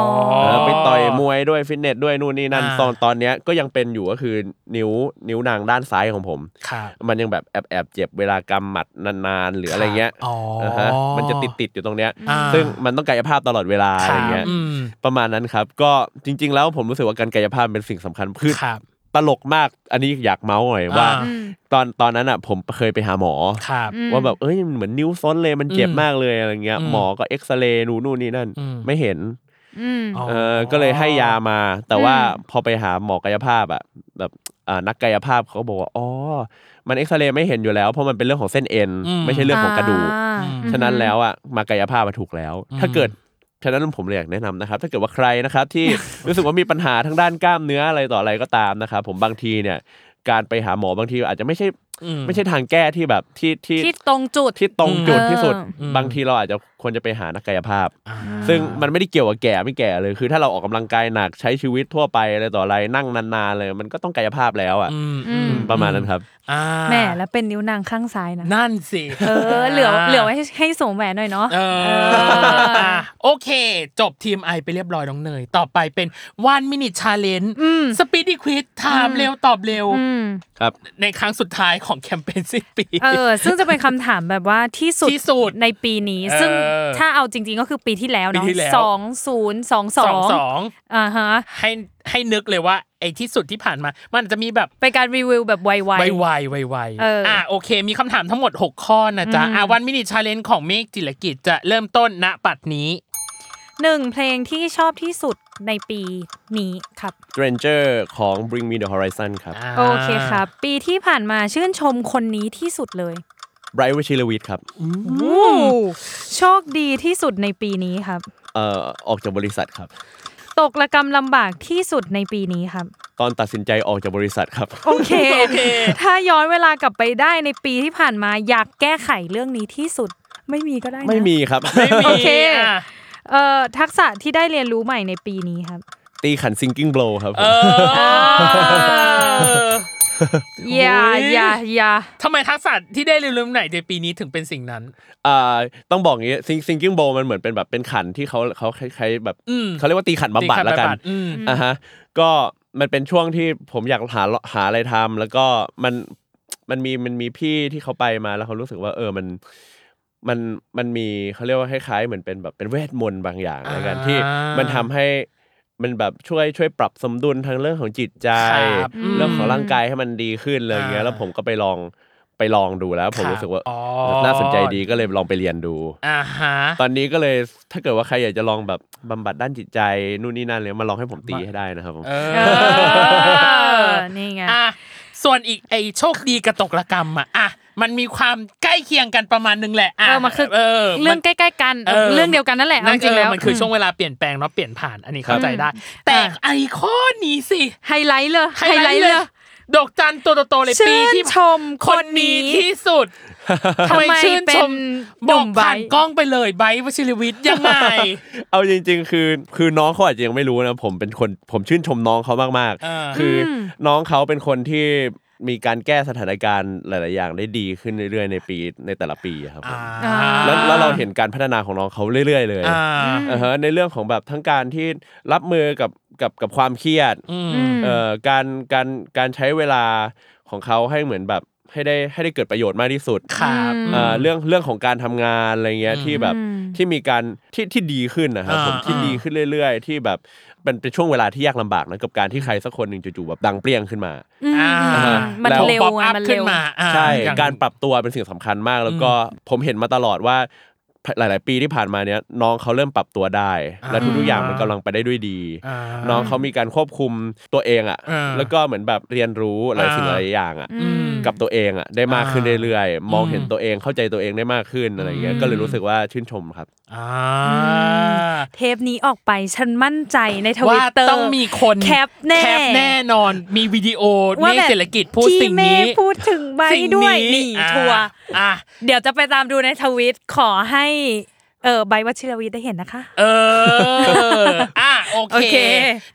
อไปต่อยมวยด้วยฟิตเนสด้วยนู่นนี่นั่น อ่า ตอนตอนเนี้ยก็ยังเป็นอยู่ก็คือนิ้วนิ้วนางด้านซ้ายของผม ค่ะ มันยังแบบแอบแอบๆเจ็บเวลากำหมัดนานๆหรืออะไรเงี้ย อ๋อ อ่าฮะมันจะติดติดๆอยู่ตรงเนี้ย อ่า ซึ่งมันต้องกายภาพตลอดเวลาอะค่ะไรเงี้ย อืม ประมาณนั้นครับ ก็จริง ๆ แล้วผมรู้สึกว่าการกายภาพเป็นสิ่งสำคัญ คือ ครับ ตลกมาก อันนี้อยากเมาส์หน่อยว่า อ่า ตอนตอนนั้นอ่ะผมเคยไปหาหมอ ครับ ว่าแบบเอ้ยเหมือนนิ้วซ้นเลยมันเจ็บ อืม มากเลยอะไรเงี้ย อืม หมอก็เอ็กซเรย์นู่นนู่นนี่นั่น อืม ไม่เห็น อ๋อ เออก็เลยให้ยามา แต่ว่าพอไปหาหมอกายภาพอ่ะแบบอ่านักกายภาพเขาก็บอกว่า อ๋อ มันเอ็กซเรย์ไม่เห็นอยู่แล้ว เพราะมันเป็นเรื่องของเส้นเอ็น อืม ไม่ใช่เรื่องของกระดูก อ่า อืม ฉะนั้นแล้วอ่ะมากายภาพมาถูกแล้ว อืม ถ้าเกิดฉะนั้นผมเลยอยากแนะนำนะครับ ถ้าเกิดว่าใครนะครับที่ รู้สึกว่ามีปัญหาทางด้านกล้ามเนื้ออะไรต่ออะไรก็ตามนะครับผมบางทีเนี่ย การไปหาหมอบางทีอาจจะไม่ใช่ อืม ไม่ใช่ทางแก้ที่แบบที่ที่ ที่ตรงจุด ที่ตรงจุด เออ ที่สุด อืม บางทีเราอาจจะควรจะไปหานักกายภาพ อ่า ซึ่งมันไม่ได้เกี่ยวกับแก่ไม่แก่เลยคือ ถ้าเราออกกำลังกายหนักใช้ชีวิตทั่วไปอะไรต่ออะไรนั่งนานๆเลย มันก็ต้องกายภาพแล้วอ่ะ อืม อืม ประมาณนั้นครับ อ่า แหม่แล้วเป็นนิ้วนางข้างซ้ายนะ นั่นสิ เออ เหลือเหลือไว้ให้ให้สวมแหวนหน่อยเนาะ เอออ่ะโอเค จบทีมไอไปเรียบร้อยน้องเนย ต่อไปเป็น one minute challenge อืม สปีด q ควิ z ถามเร็วตอบเร็ว อืม ครับ ในครั้งสุดท้ายของแคมเปญสิ้นปี เออ ซึ่งจะเป็นคำถามแบบว่าที่สุด ที่สุด ในปีนี้ เออ ซึ่งถ้าเอาจริง ๆ ก็คือปีที่แล้วเนาะ ปีที่แล้ว สองศูนย์สองสอ สอง ง สอง อ่าฮะ ให้ให้นึกเลยว่า ไอ้ที่สุดที่ผ่านมา มันอาจจะมีแบบ เป็นการรีวิวแบบไว ไวไวไวไวๆ เอออ่ โอเค มีคำถามทั้งหมด 6 ข้อนะจ๊ะอ่ะวันมินิชาเลนของเมฆจิรกิจจะเริ่มต้นณปัดนี้ ๆหนึ่งเพลงที่ชอบที่สุดในปีนี้ครับ Stranger ของ Bring Me the Horizon ครับ โอเคครับ ปีที่ผ่านมาชื่นชมคนนี้ที่สุดเลย Bright w i c h l e w i t ครับ โชคดีที่สุดในปีนี้ครับ เอ่อออกจากบริษัทครับ ตกระกำลำบากที่สุดในปีนี้ครับ ตอนตัดสินใจออกจากบริษัทครับ โอ เค ถ้าย้อนเวลากลับไปได้ในปีที่ผ่านมาอยากแก้ไขเรื่องนี้ที่สุด ไม่มีก็ได้นะ ไม่มีครับ ไม่มี โอเค อ่ะ เอ่อทักษะที่ได้เรียนรู้ใหม่ในปีนี้ครับ ตีขันซิงกิ้งโบลครับผม เออ อย่า โอ้ย อย่าอย่า ทำไมทักษะที่ได้เรียนรู้ใหม่ในปีนี้ถึงเป็นสิ่งนั้น อ่าต้องบอกอย่างงี้ซิงซิงกิ้งโบมันเหมือนเป็นแบบเป็นขันที่เขาเขาคล้ายๆแบบ อืม เขาเรียกว่าตีขันบำบัด ตีขั แล้วกัน ดอืม อ่ะฮะก็มันเป็นช่วงที่ผมอยากหาหาอะไรทำแล้วก็มันมันมีมันมีพี่ที่เขาไปมาแล้วเขารู้สึกว่า เออมันมันมันมีเขาเรียกว่าคล้ายๆเหมือนเป็นแบบเป็นเวทมนต์บางอย่าง อ่า แล้วกันที่มันทำให้มันแบบช่วยช่วยปรับสมดุลทางเรื่องของจิตใจ ครับอืม เรื่องของร่างกายให้มันดีขึ้นเลยอย่างเงี้ย อ่า แล้วผมก็ไปลองไปลองดูแล้ว ผมรู้สึกว่า อ๋อ น่าสนใจดีก็เลยลองไปเรียนดู อ่าฮะ ตอนนี้ก็เลยถ้าเกิดว่าใครอยากจะลองแบบบำบัดด้านจิตใจนู่นนี่นั่นเลยมาลองให้ผมตีให้ได้นะครับผม เอ เอ อ อนี่ไง อ่ะส่วนอีกไอ้โชคดีกระตกละกรรมอ่ะอ่ะมันมีความใกล้เคียงกันประมาณนึงแหละะ เออมันคือ เออ เรื่อง มัน ใกล้ๆกัน เออ เรื่องเดียวกันนั่นแหละเอา นั่น จริงๆแล้แล้ว ว มันคืออช่วง ม เวลาเปลี่ยนแปลงเนาะเปลี่ยนผ่านอันนี้ ครับ เข้าใจได้ แต่ อ่ะ ไอข้อนี้สิ ไฮไลท์เลยไฮไลท์เลย ดอกจันตัวโตๆเลยปี ชื่น ที่ ชม คนนี้ที่สุด ทำไม ชื่นชม เป็นหนุ่ บอก มไบร์ท ผ่านกล้องไปเลยไบร์ทวชิรวิทย์ยังไง เอาจริง ๆ คือคือน้องเขาอาจจะยังไม่รู้นะผมเป็นคนผมชื่นชมน้องเขามาก เออ ๆ คืออน้องเขาเป็นคนที่มีการแก้สถานการณ์หลาย ๆ อย่างได้ดีขึ้นเรื่อย ๆ ในปีในแต่ละปีอะครับผม อ่า แล้วแล้วเราเห็นการพัฒนาของน้องเขาเรื่อย ๆ เลย อ่า อ่าฮะในเรื่องของแบบทั้งการที่รับมือกับกับกับความเครียด อืม อืม เอ่อการการการใช้เวลาของเขาให้เหมือนแบบให้ได้ให้ได้เกิดประโยชน์มากที่สุด ครับ เอ่อเรื่องเรื่องของการทำงานอะไรเงี้ย อืม ที่แบบที่มีการที่ที่ดีขึ้นนะครับผม อ่า ที่ อ่า ดีขึ้นเรื่อย ๆ ที่แบบเป็นเป็นช่วงเวลาที่ยากลำบากนะกับการที่ใครสักคนหนึ่งจู่ๆแบบดังเปรี้ยงขึ้นมา อ่า มัน แล้ว เร็ว ป๊อป อะ อัพ มัน ขึ้ เร็ น ว มาอ่า ใช่ อย่ง การปรับตัวเป็นสิ่งสำคัญมาก แล้วก็ผมเห็นมาตลอดว่าหลาย ๆ ปีที่ผ่านมาเนี้ยน้องเขาเริ่มปรับตัวได้ และ อ่า ทุกๆอย่างมันกำลังไปได้ด้วยดี อ่า น้องเขามีการควบคุมตัวเองอ่ะ อ่า แล้วก็เหมือนแบบเรียนรู้อะไรสิ่ง อ่า หลายอย่างอ่ะ อืม กับตัวเองอ่ะได้มากขึ้น อ่า เรื่อยๆ มอง อืม เห็นตัวเองเข้าใจตัวเองได้มากขึ้นอะไรอย่างเงี้ อื ย ม ก็เลยรู้สึกว่าชื่นชมครับ อ่า เทปนี้ออกไปฉันมั่นใจในทวิ ว่า ตเตอร์ ต้องมีคน แคปแน่ คปแน่นอนมีวิดีโอ ว่า เมฆ แบบ เศรษฐกิจพูด ที่ สิ่งนี้ เมฆพูดถึงไว้ สิ่นี้ ด้วยนี่ อ่า ทัวร์ อ่ะ เดี๋ยวจะไปตามดูในทวิตขอให้เออใบวัชิรวิทย์ได้เห็นนะคะ เอออ่ะโอ โอ เค เค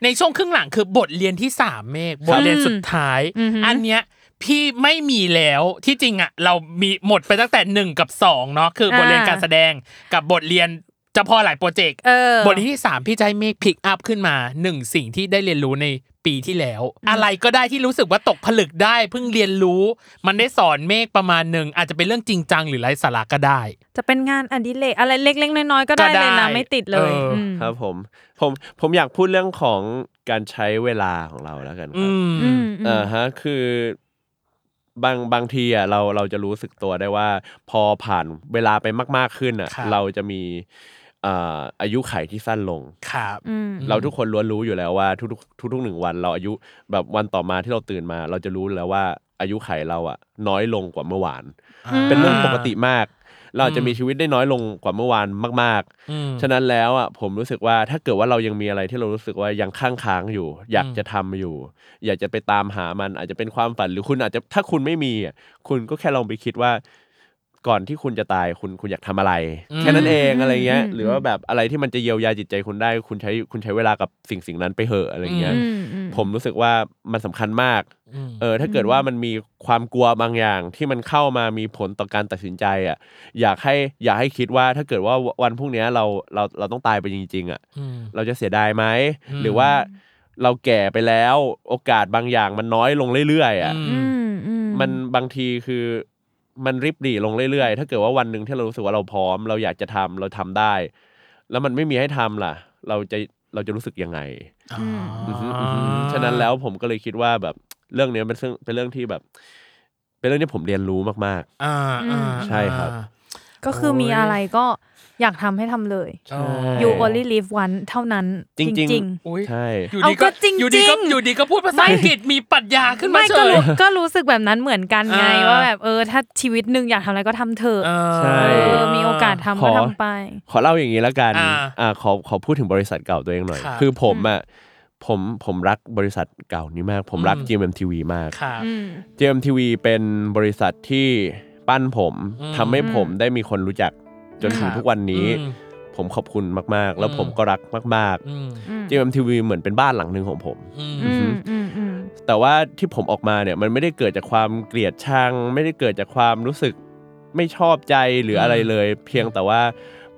ในช่วงครึ่งหลังคือบทเรียนที่สามเมฆบทเรียนสุดท้าย อือหืออั อันเนี้ยพี่ไม่มีแล้วที่จริงอ่ะเรามีหมดไปตั้งแต่หนึ่งกับสองเนาะคือบทเรียน อ่า การแสดงกับบทเรียนเจะพอหลายโปรเจกต์ เออบ ทเรียนที่สามพี่จะให้เมฆพิกอัพขึ้นมาหนึ่งสิ่งที่ได้เรียนรู้ในปีที่แล้ว อะไรก็ได้ที่รู้สึกว่าตกผลึกได้เพิ่งเรียนรู้ มันได้สอนเมฆประมาณหนึ่งอาจจะเป็นเรื่องจริงจังหรือไร้สาระก็ได้ จะเป็นงานอดิเรกอะไรเล็กๆน้อยๆก็ได้ ก็ได้ เลยนะไม่ติดเลย เอออื ม ครับผมผมผมอยากพูดเรื่องของการใช้เวลาของเราแล้วกันค อื รับ ม อ่าฮะคือบางบางทีอ่ะเราเราจะรู้สึกตัวได้ว่า พอผ่านเวลาไปมาก ๆขึ้นอ่ะ ครับ เราจะมีอ่าอายุไขที่สั้นลง ครับ เราทุกคนล้วนรู้อยู่แล้วว่า ทุกทุกๆทุกๆหนึ่งวัน เราอายุแบบวันต่อมาที่เราตื่นมา เราจะรู้แล้วว่าอายุไขเราอ่ะ น้อยลงกว่าเมื่อวาน เป็นเรื่องปกติมาก เราอาจจะมีชีวิตได้น้อยลงกว่าเมื่อวานมาก ๆ อืม ฉะนั้นแล้วอ่ะผมรู้สึกว่าถ้าเกิดว่าเรายังมีอะไรที่เรารู้สึกว่ายังค้างค้างอยู่ อยากจะทำอยู่ อยากจะไปตามหามันอาจจะเป็นความฝันหรือคุณอาจจะถ้าคุณไม่มีอ่ะคุณก็แค่ลองไปคิดว่า ก่อนที่คุณจะตายคุณคุณอยากทำอะไร อืม แค่นั้นเองอะไรเงี้ย อืม หรือว่าแบบอะไรที่มันจะเยียวยาจิตใจคุณได้ คุณใช้คุณใช้เวลากับสิ่งสิ่งนั้นไปเหอะอะไรเงี้ย อืมอืม ผมรู้สึกว่ามันสำคัญมาก อืม เออถ้าเกิดว่ามันมีความกลัวบางอย่างที่มันเข้ามามีผลต่อการตัดสินใจอ่ะอยากให้อยากให้คิดว่าถ้าเกิดว่าวันพรุ่งเนี้ยเราเราเราต้องตายไปจริง ๆอ่ะเราจะเสียดายไหม อืม หรือว่าเราแก่ไปแล้วโอกาสบางอย่างมันน้อยลงเรื่อยๆอ่ะ อื อื ม มอืม มันบางทีคือมันริบหรี่ลงเรื่อยๆ ถ้าเกิดว่าวันหนึ่งที่เรารู้สึกว่าเราพร้อม เราอยากจะทำเราทำได้ แล้วมันไม่มีให้ทำล่ะ เราจะเราจะรู้สึกยังไง อือฮึอือฮึฉะนั้นแล้วผมก็เลยคิดว่าแบบเรื่องเนี้ยเป็นเรื่องเป็นเรื่องที่แบบ เป็นเรื่องที่ผมเรียนรู้มาก อ่าอ่า ใช่ครับ ก็คือมีอะไรก็อยากทำให้ทำเลย ๆใช่ you only live once เท่านั้น จริงๆ จริง อุ๊ย ใช่ อยู่ เอา ดีก็ ก็จริงๆ อยู่ดีก็อยู่ดีก็พูดภาษาอังกฤษมีปรัชญาขึ้น ๆ มา ไม่ เฉ ก็ ย รู้ก็รู้สึกแบบนั้นเหมือนกันไง อ่า ว่าแบบเออ ถ้าชีวิตหนึ่งอยากทำอะไรก็ทำเถอะ เออ ใช่ เออมีโอกาสทำ ข ก็ อ ทำไป ขอเล่าอย่างนี้แล้วกัน อ่า อ่าขอขอพูดถึงบริษัทเก่าตัวเองหน่อย ครับ คือผมอ่ะผมผมรักบริษัทเก่านี้มาก ผมรัก อืม GMMTV มาก ครับ อืม GMMTV เป็นบริษัทที่ปั้นผม อืม ทำให้ผมได้มีคนรู้จักจนถึงทุกวันนี้ อืม ผมขอบคุณมากๆ แล้ว อืม ผมก็รักมาก อืม ๆ GMMTV เหมือนเป็นบ้านหลังหนึ่งของผม อือืมมอืมอืม แต่ว่าที่ผมออกมาเนี่ยมันไม่ได้เกิดจากความเกลียดชัง ไม่ได้เกิดจากความรู้สึกไม่ชอบใจหรืออะไรเลย เพียงแต่ว่า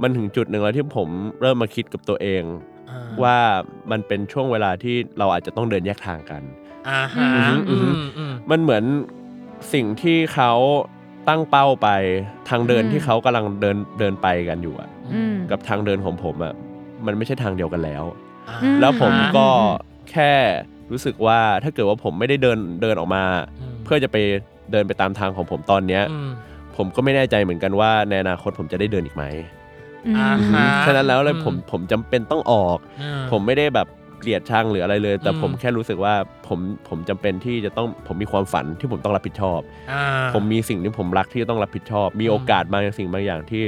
มันถึงจุดหนึ่งแล้วที่ผมเริ่มมาคิดกับตัวเอง อ่ ว่ามันเป็นช่วงเวลาที่เราอาจจะต้องเดินแยกทางกัน อ่าฮะ อื อื ม มอืม มันเหมือนสิ่งที่เขาตั้งเป้าไปทางเดินที่เขากำลังเดินเดินไปกันอยู่อะ อืม กับทางเดินของผมอะมันไม่ใช่ทางเดียวกันแล้ว อ่า อืม แล้วผมก็ อื แค่รู้สึกว่าถ้าเกิดว่าผมไม่ได้เดินเดินออกมา เพื่อจะไปเดินไปตามทางของผมตอนเนี้ย ม ผมก็ไม่แน่ใจเหมือนกันว่าในอนาคตผมจะได้เดินอีกไหม อ่าฮะ ฉะนั้นแล้วเลยผมผมจำเป็นต้องออก อื ผมไม่ได้แบบเกลียดชังหรืออะไรเลย แต่ อืม ผมแค่รู้สึกว่าผมผมจำเป็นที่จะต้องผมมีความฝันที่ผมต้องรับผิดชอบ อ่า ผมมีสิ่งที่ผมรักที่จะต้องรับผิดชอบ มี อืม โอกาสบางสิ่งบางอย่างที่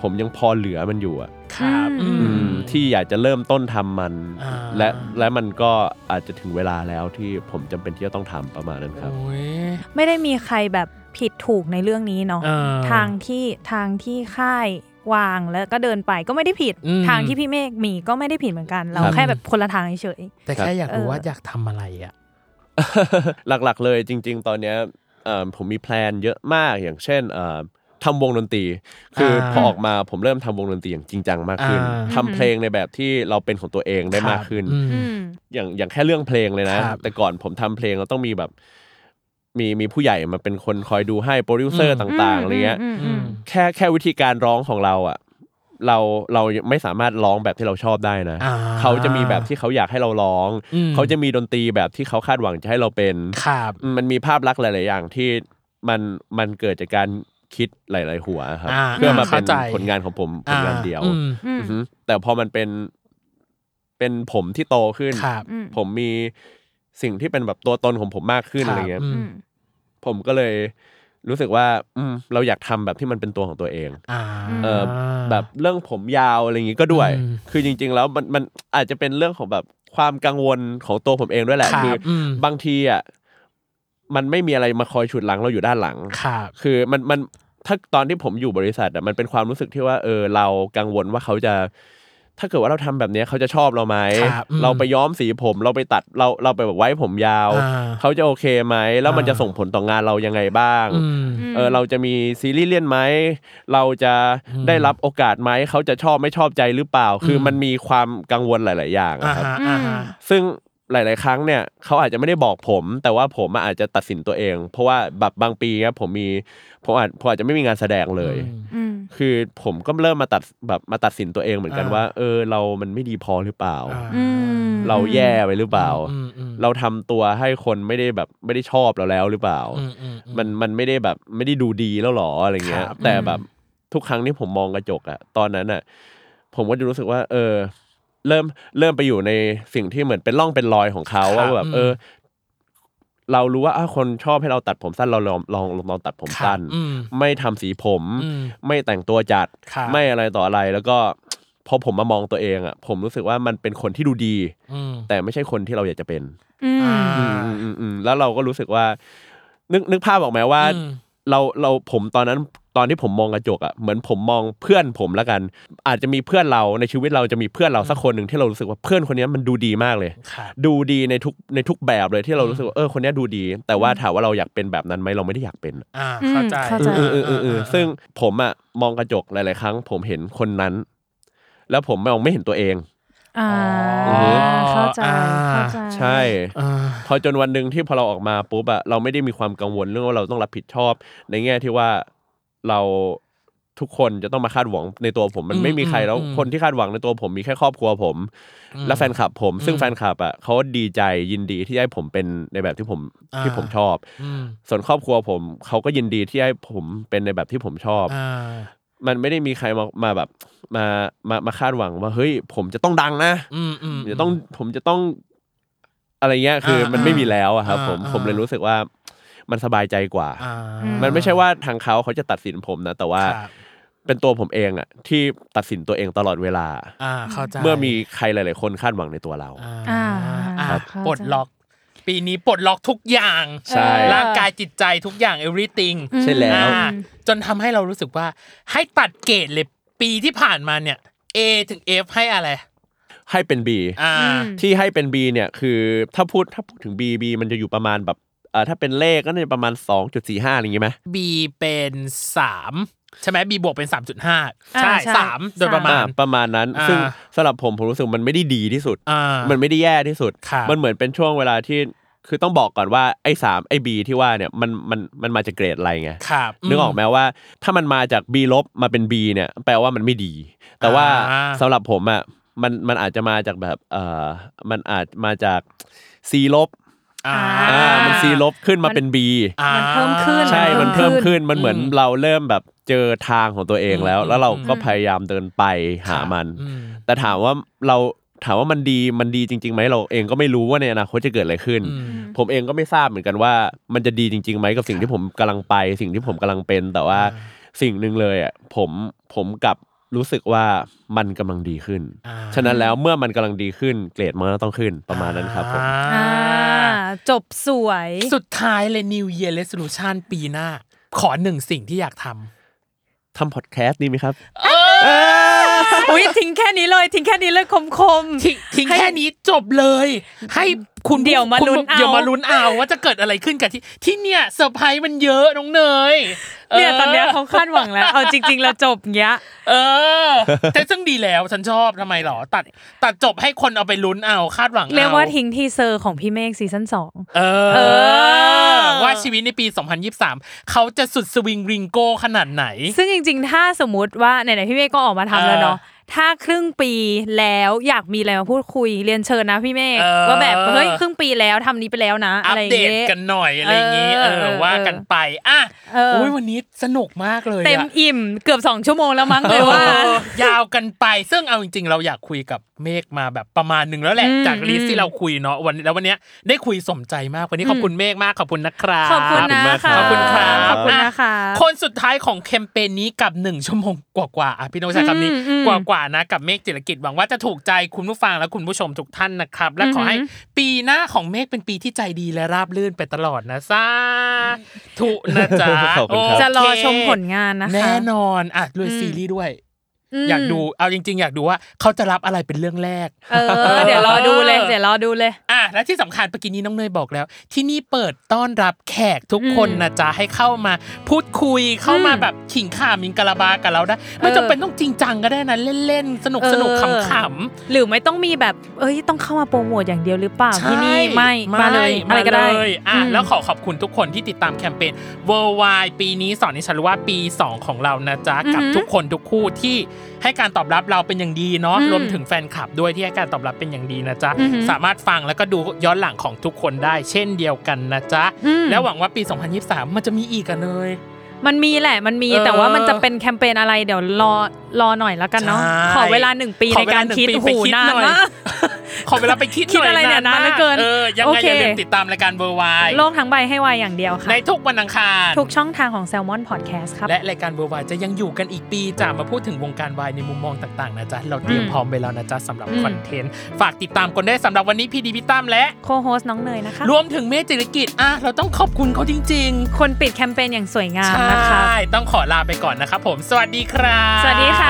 ผมยังพอเหลือมันอยู่อะ ครับ อืม อื อื ม มที่อยากจะเริ่มต้นทำมัน อ่า และและมันก็อาจจะถึงเวลาแล้วที่ผมจำเป็นที่จะต้องทำประมาณนั้นครับ โอ้ย ไม่ได้มีใครแบบผิดถูกในเรื่องนี้เนาะ เออ ทางที่ทางที่ค่ายวางแล้วก็เดินไปก็ไม่ได้ผิด อืม ทางที่พี่เมฆมีก็ไม่ได้ผิดเหมือนกัน เรา ครับ แค่แบบคนละทางเฉย แต่แค่อยากรู้ เออ ว่าอยากทำอะไรอ่ะ หลักๆเลยจริง ๆ ตอนเนี้ยเอ่อผมมีแพลนเยอะมากอย่างเช่นเอ่อทำวงดนตรี คืออาพอออกมาผมเริ่มทำวงดนตรีอย่างจริงจังมากขึ้น อ่า ทำเพลงในแบบที่เราเป็นของตัวเองได้มากขึ้น อืม อืม อย่างอย่างแค่เรื่องเพลงเลยนะ ครับ แต่ก่อนผมทำเพลงเราต้องมีแบบ มีมีผู้ใหญ่มาเป็นคนคอยดูให้โปรดิวเซอร์ อืม ต่างๆอะไรเงี้ย อืม แค่แค่วิธีการร้องของเราอ่ะเราเราไม่สามารถร้องแบบที่เราชอบได้นะ อ่า เขาจะมีแบบที่เขาอยากให้เราร้อง อืม เขาจะมีดนตรีแบบที่เขาคาดหวังจะให้เราเป็น ครับ มันมีภาพลักษณ์หลาย ๆ อย่างที่มันมันเกิดจากการคิดหลาย ๆ หัวครับ อ่า เพื่อมาเป็น เข้าใจ ผลงานของผมผลงานเดียว อืม อือฮึแต่พอมันเป็นเป็นผมที่โตขึ้น ครับ อืม ผมมีสิ่งที่เป็นแบบตัวตนของผมมากขึ้น ค อะ บ ไรเงี้ย ม อืม ผมก็เลยรู้สึกว่าอืมเราอยากทำแบบที่มันเป็นตัวของตัวเอง อ่า เออ แบบเรื่องผมยาวอะไรอย่างงี้ก็ด้วย อืม คือจริง ๆ แล้วมันมันอาจจะเป็นเรื่องของแบบความกังวลของตัวผมเองด้วยแหละ ครับ คืออ ม บางทีอ่ะมันไม่มีอะไรมาคอยฉุดหลังเราอยู่ด้านหลัง ครับ คือมันมันถ้าตอนที่ผมอยู่บริษัทอะมันเป็นความรู้สึกที่ว่าเออเรากังวลว่าเขาจะ ถ้าเกิดว่าเราทำแบบเนี้ยเขาจะชอบเราไหม ครับอืม เราไปย้อมสีผมเราไปตัดเราเราไปแบบไว้ผมยาว อ่า เขาจะโอเคไหมแล้วมัน อ่า จะส่งผลต่องานเรายังไงบ้าง อืม เออเราจะมีซีรีส์เล่นไหม เราจะ อืม ได้รับโอกาสไหมเขาจะชอบไม่ชอบใจหรือเปล่า คือ ม มันมีความกังวลหลาย ๆ อย่าง อ่า อะครับ ฮะอ่าฮะ ซึ่งหลาย ๆ ครั้งเนี่ยเขาอาจจะไม่ได้บอกผม แต่ว่าผมอาจจะตัดสินตัวเอง เพราะว่าแบบบางปีครับผมมีผมอาจผมอาจจะไม่มีงานแสดงเลย อืม อืม คือผมก็เริ่มมาตัดแบบมาตัดสินตัวเองเหมือนกัน อ่า ว่า เออเรามันไม่ดีพอหรือเปล่า อ่า อืม เราแย่ไปหรือเปล่า อืมอืม เราทำตัวให้คนไม่ได้แบบไม่ได้ชอบเราแล้วหรือเปล่า อืมอือื มันมันไม่ได้แบบไม่ได้ดูดีแล้วหรออะไรเงี้ย ครับ แต่แบบทุกครั้งที่ผมมองกระจกอะตอนนั้นอะผมก็จะรู้สึกว่า เออ เริ่มเริ่มไปอยู่ในสิ่งที่เหมือนเป็นร่องเป็นรอยของเขาว่าแบบ เออ เรารู้ว่าอ้าวคนชอบให้เราตัดผมสั้นเราลองลองลองลองตัดผม ครับ สั้น อืม ไม่ทำสีผม อืม ไม่แต่งตัวจัด ครับ ไม่อะไรต่ออะไร แล้วก็ พอผมมามองตัวเองอะผมรู้สึกว่ามันเป็นคนที่ดูดี อืม แต่ไม่ใช่คนที่เราอยากจะเป็น อืม อ่า อืมอืมอืมแล้วเราก็รู้สึกว่า นึกนึกภาพออกไหมว่า อืม เราเราผมตอนนั้นตอนที่ผมมองกระจกอ่ะเหมือนผมมองเพื่อนผมละกัน อาจจะมีเพื่อนเราในชีวิตเราจะมีเพื่อนเราสักคนหนึ่งที่เรารู้สึกว่าเพื่อนคนเนี้ยมันดูดีมากเลย ครับ ดูดีในทุกในทุกแบบเลยที่เรารู้สึกว่าเออคนเนี้ยดูดี แต่ว่าถามว่าเราอยากเป็นแบบนั้นไหมเราไม่ได้อยากเป็นอะ อ่าเข้าใจ อืมเข้าใจ เออเออเออเออซึ่งผมอ่ะมองกระจกหลาย ๆ ครั้ง ผมเห็นคนนั้น แล้วผมมองไม่เห็นตัวเอง อ่า อ๋อ เข้าใจ อ่า เข้าใจ ใช่ อ่า พอจนวันหนึ่งที่พอเราออกมาปุ๊บอะเราไม่ได้มีความกังวลเรื่องว่าเราต้องรับผิดชอบ ในแง่ที่ว่าเราทุกคนจะต้องมาคาดหวังในตัวผมมั อื น ม ไม่มีใครแล้ว อืม คนที่คาดหวังในตัวผมมีแค่ครอบครัวผม และแฟนคลับผม ซึ่ง อืม แฟนคลับอะเขาดีใจยินดีที่ให้ผมเป็นในแบบที่ผม อ่า ที่ผมชอบ อืม ส่วนครอบครัวผมเขาก็ยินดีที่ให้ผมเป็นในแบบที่ผมชอบ อ่า มันไม่ได้มีใครมามาแบบมามามาคาดหวังว่าเฮ้ยผมจะต้องดังนะ อืมอืม ผมจะต้องผมจะต้องอะไรเงี้ยคือ อ่า มันไม่มีแล้วอะครับ อ่า ผม อ่า ผมเลยรู้สึกว่ามันสบายใจกว่า อ่า มั มันไม่ใช่ว่าทางเขาเขาจะตัดสินผมนะแต่ว่า ครับ เป็นตัวผมเองอะที่ตัดสินตัวเองตลอดเวลา อ่าเข้าใจ เมื่อมีใครหลาย ๆ คนคาดหวังในตัวเรา อ่า อ่า อ่า ครับเข้าใจ ปลดล็อก ปีนี้ปลดล็อกทุกอย่าง ใช่ ร่างกายจิตใจทุกอย่าง everything ใช่แล้ว อ่าจนทำให้เรารู้สึกว่า ให้ตัดเกรดเลยปีที่ผ่านมาเนี่ย A ถึง F ให้อะไร ให้เป็น B อ่า ที่ให้เป็น B เนี่ยคือถ้าพูดถ้าพูดถึง B B มันจะอยู่ประมาณแบบเออถ้าเป็นเลขก็เนี่ยประมาณ 2.45อะไรอย่างงี้ไหม B เป็นสามใช่ไหม B บวกเป็นสามจุดห้า อ่า ใช่ ใช่ สามโดยประมา อ่า ณ ประมาณนั้น อ่า ซึ่งสำหรับผมผมรู้สึกมันไม่ได้ดีที่สุด อ่า มันไม่ได้แย่ที่สุด ครับ มันเหมือนเป็นช่วงเวลาที่คือต้องบอกก่อนว่าไอ้สามไอ้บีที่ว่าเนี่ยมันมันมันมาจากเกรดอะไรไง ครับ นึกออกไหมว่า ถ้ามันมาจาก B ลบมาเป็น B เนี่ยแปลว่ามันไม่ดี แต่ว่าสำหรับผมอ่ะมันมันอาจจะมาจากแบบเออมันอาจมาจาก C ลบ อ่า อ่ามัน C ลบขึ้นมาเป็น B อ่า มันเพิ่มขึ้น ใช่ มั มันน เพิ่ เพิ่ ม ม ขึ้ ขึ้ น นมันเหมือน อืม เราเริ่มแบบเจอทางของตัวเองแล้ว อืม แล้วเราก็พยายามเดินไปหามัน อืม แต่ถามว่าเราถามว่ามันดีมันดีจริงๆไหมเราเองก็ไม่รู้ว่าในอนาคตจะเกิดอะไรขึ้น อืม ผมเองก็ไม่ทราบเหมือนกันว่า มันจะดีจริงๆไหมกับสิ่งที่ผมกำลังไป สิ่งที่ผมกำลังเป็น แต่ว่าสิ่งหนึ่งเลยอ่ะผมผมกลับรู้สึกว่ามันกำลังดีขึ้น อ่า ฉะนั้นแล้วเมื่อมันกำลังดีขึ้นเกรดมันก็ต้องขึ้นประมาณนั้นครับผม อ่า อ่าจบสวย สุดท้ายเลย New Year Resolution ปีหน้า ขอหนึ่งสิ่งที่อยากท ทำพอดแคสต์ดีไหมครับ อุ้ยทิ้งแค่นี้เลยทิ้งแค่นี้เลยคมคม ำทิ้งทิ้งแค่นี้จบเลย ให้คุณ เดี๋ยวมา คุณ ลุ้นเอา เดี๋ยวมาลุ้นเอาว่าจะเกิดอะไรขึ้นกับที่ที่เนี่ยเซอร์ไพรส์มันเยอะน้องเนย ๆเนี่ยตอนเนี้ยเขาคาดหวังแล้ว เอาจริง ๆ แล้วจบเงี้ย เออแต่ซึ่งดีแล้วฉันชอบทำไมหรอ ตัดตัดจบให้คนเอาไปลุ้นเอาคาดหวังอ เรียกว่าทิ้งทีเซอร์ของพี่เมฆซีซั่นสอง เออ เออ ว่าชีวิตในปี 2023 เขาจะสุดสวิงริงโก้ขนาดไหน ซึ่งจริง ๆ ถ้าสมมติว่าไหนๆพี่เมฆก็ออกมาทำแล้วเนาะ ถ้าครึ่งปีแล้วอยากมีอะไรมาพูดคุยเรียนเชิญนะพี่เมฆ เออ ว่าแบบเฮ้ยครึ่งปีแล้วทำนี้ไปแล้วนะ อั อะ ป ไรอย่า เด ง ต เงี้ย กันหน่อยอะไรอย่างนี้ เอ เออ อ เออ ว่ากันไปอ่ะ เออ อุ้ยวันนี้สนุกมากเลยอะ เต็มอิ่มเกือบสองชั่วโมงแล้วมั้งเลยว่า เออยาวกันไป ซึ่งเอาจริงๆ เราอยากคุยกับเมฆมาแบบประมาณหนึ่งแล้วแหละ อืม จากลิสต์ที่เราคุยเนาะวันแล้ววันเนี้ยได้คุยสมใจมากวันนี้ขอบคุณเมฆมากขอบคุณนะครับ ขอบคุณนะ ขอบคุณครับ ขอบคุณนะคะ อ่คนสุดท้ายของแคมเปญนี้กับหนึ่งชั่วโมงกว่าๆอ่ะพี่โน้ตใช้คำนี้ อืมอืม กว่าๆนะกับเมฆจิรกิจหวังว่าจะถูกใจคุณผู้ฟังและคุณผู้ชมทุกท่านนะครับ และขอให้ปีหน้าของเมฆเป็นปีที่ใจดีและราบรื่นไปตลอดนะซ่าถุนะจ๊ะ ขอบคุณครับ จะรอ โเค ชมผลงานนะคะ แน่นอนอ่ะด้วย อืม ซีรีส์ด้วย ม อยากดูเอาจริง ๆ อยากดูว่าเขาจะรับอะไรเป็นเรื่องแรก เออ เดี๋ยวรอดูเลยเดี๋ยวรอดูเลย อ่ะและที่สำคัญเมื่อกี้นี้น้องเนยบอกแล้ว ที่นี่เปิดต้อนรับแขกทุกคนนะจ๊ะให้เข้ามาพูดคุยเข้ามาแบบขิงข่ามิงกะลาบากับเราได้ไม่จำเป็นต้องจริงจังก็ได้นะ เล่นๆ สนุกสนุก เอ ข อ ำ หรือไม่ต้องมีแบบ เอ้ย ต้องเข้ามาโปรโมทอย่างเดียวหรือเปล่า ใช่ ที่นี่ ไม่ มาเลย อะไรก็ได้ มาเลยอ่ะ ม แล้วขอขอบคุณทุกคนที่ติดตามแคมเปญ Worldwide ปีนี้สอนให้ฉันรู้ว่าปี 2 ของเรานะจ๊ะ กับ อือหือ ทุกคนทุกคู่ที่ให้การตอบรับเราเป็นอย่างดีเนาะ อืม รวมถึงแฟนคลับด้วยที่ให้การตอบรับเป็นอย่างดีนะจ๊ะ อือหือ สามารถฟังแล้วก็ดูย้อนหลังของทุกคนได้เช่นเดียวกันนะจ๊ะ อืม แล้วหวังว่าปี 2023 มันจะมีอีกกันเลย มันมีแหละ มันมี เออ แต่ว่ามันจะเป็นแคมเปญอะไร เดี๋ยวรอ รอหน่อยแล้วกันเนาะ ใช่ ขอเวลาหนึ่งปี ขอ ใน เวกาลาร หนึ่ง คิด ปี โอ้โห ไปคิด นาน หน่อย มาก ขอเวลาไปคิด คิดอะไรเนี่ย ห นานเหลือเกิน เออยัง โอ ไง เค อย่าลืมติดตามรายการ Worldwide โลกทั้งใบให้วายอย่างเดียวค่ะ ในทุกวันอังคาร ทุกช่องทางของ Salmon Podcast ครับ และรายการเวอร์วายจะยังอยู่กันอีกปีจะมาพูดถึงวงการวายในมุมมองต่างๆนะจ๊ะ เราเตรียม อืม พร้อมไปแล้วนะจ๊ะสำหรับ อืม คอนเทนต์ ฝากติดตามกันได้สำหรับวันนี้พี่ดีพี่ตั้มและ โคโฮสน้องเนยนะคะ รวมถึงเมฆจิรกิจอ่ะเราต้องขอบคุณเขาจริง คนปิดแคมเปญอย่างสวย ๆ งามนะคะ ต้องขอลาไปก่อนนะครับผม สวัสดีครับ สวัสดีค่ะ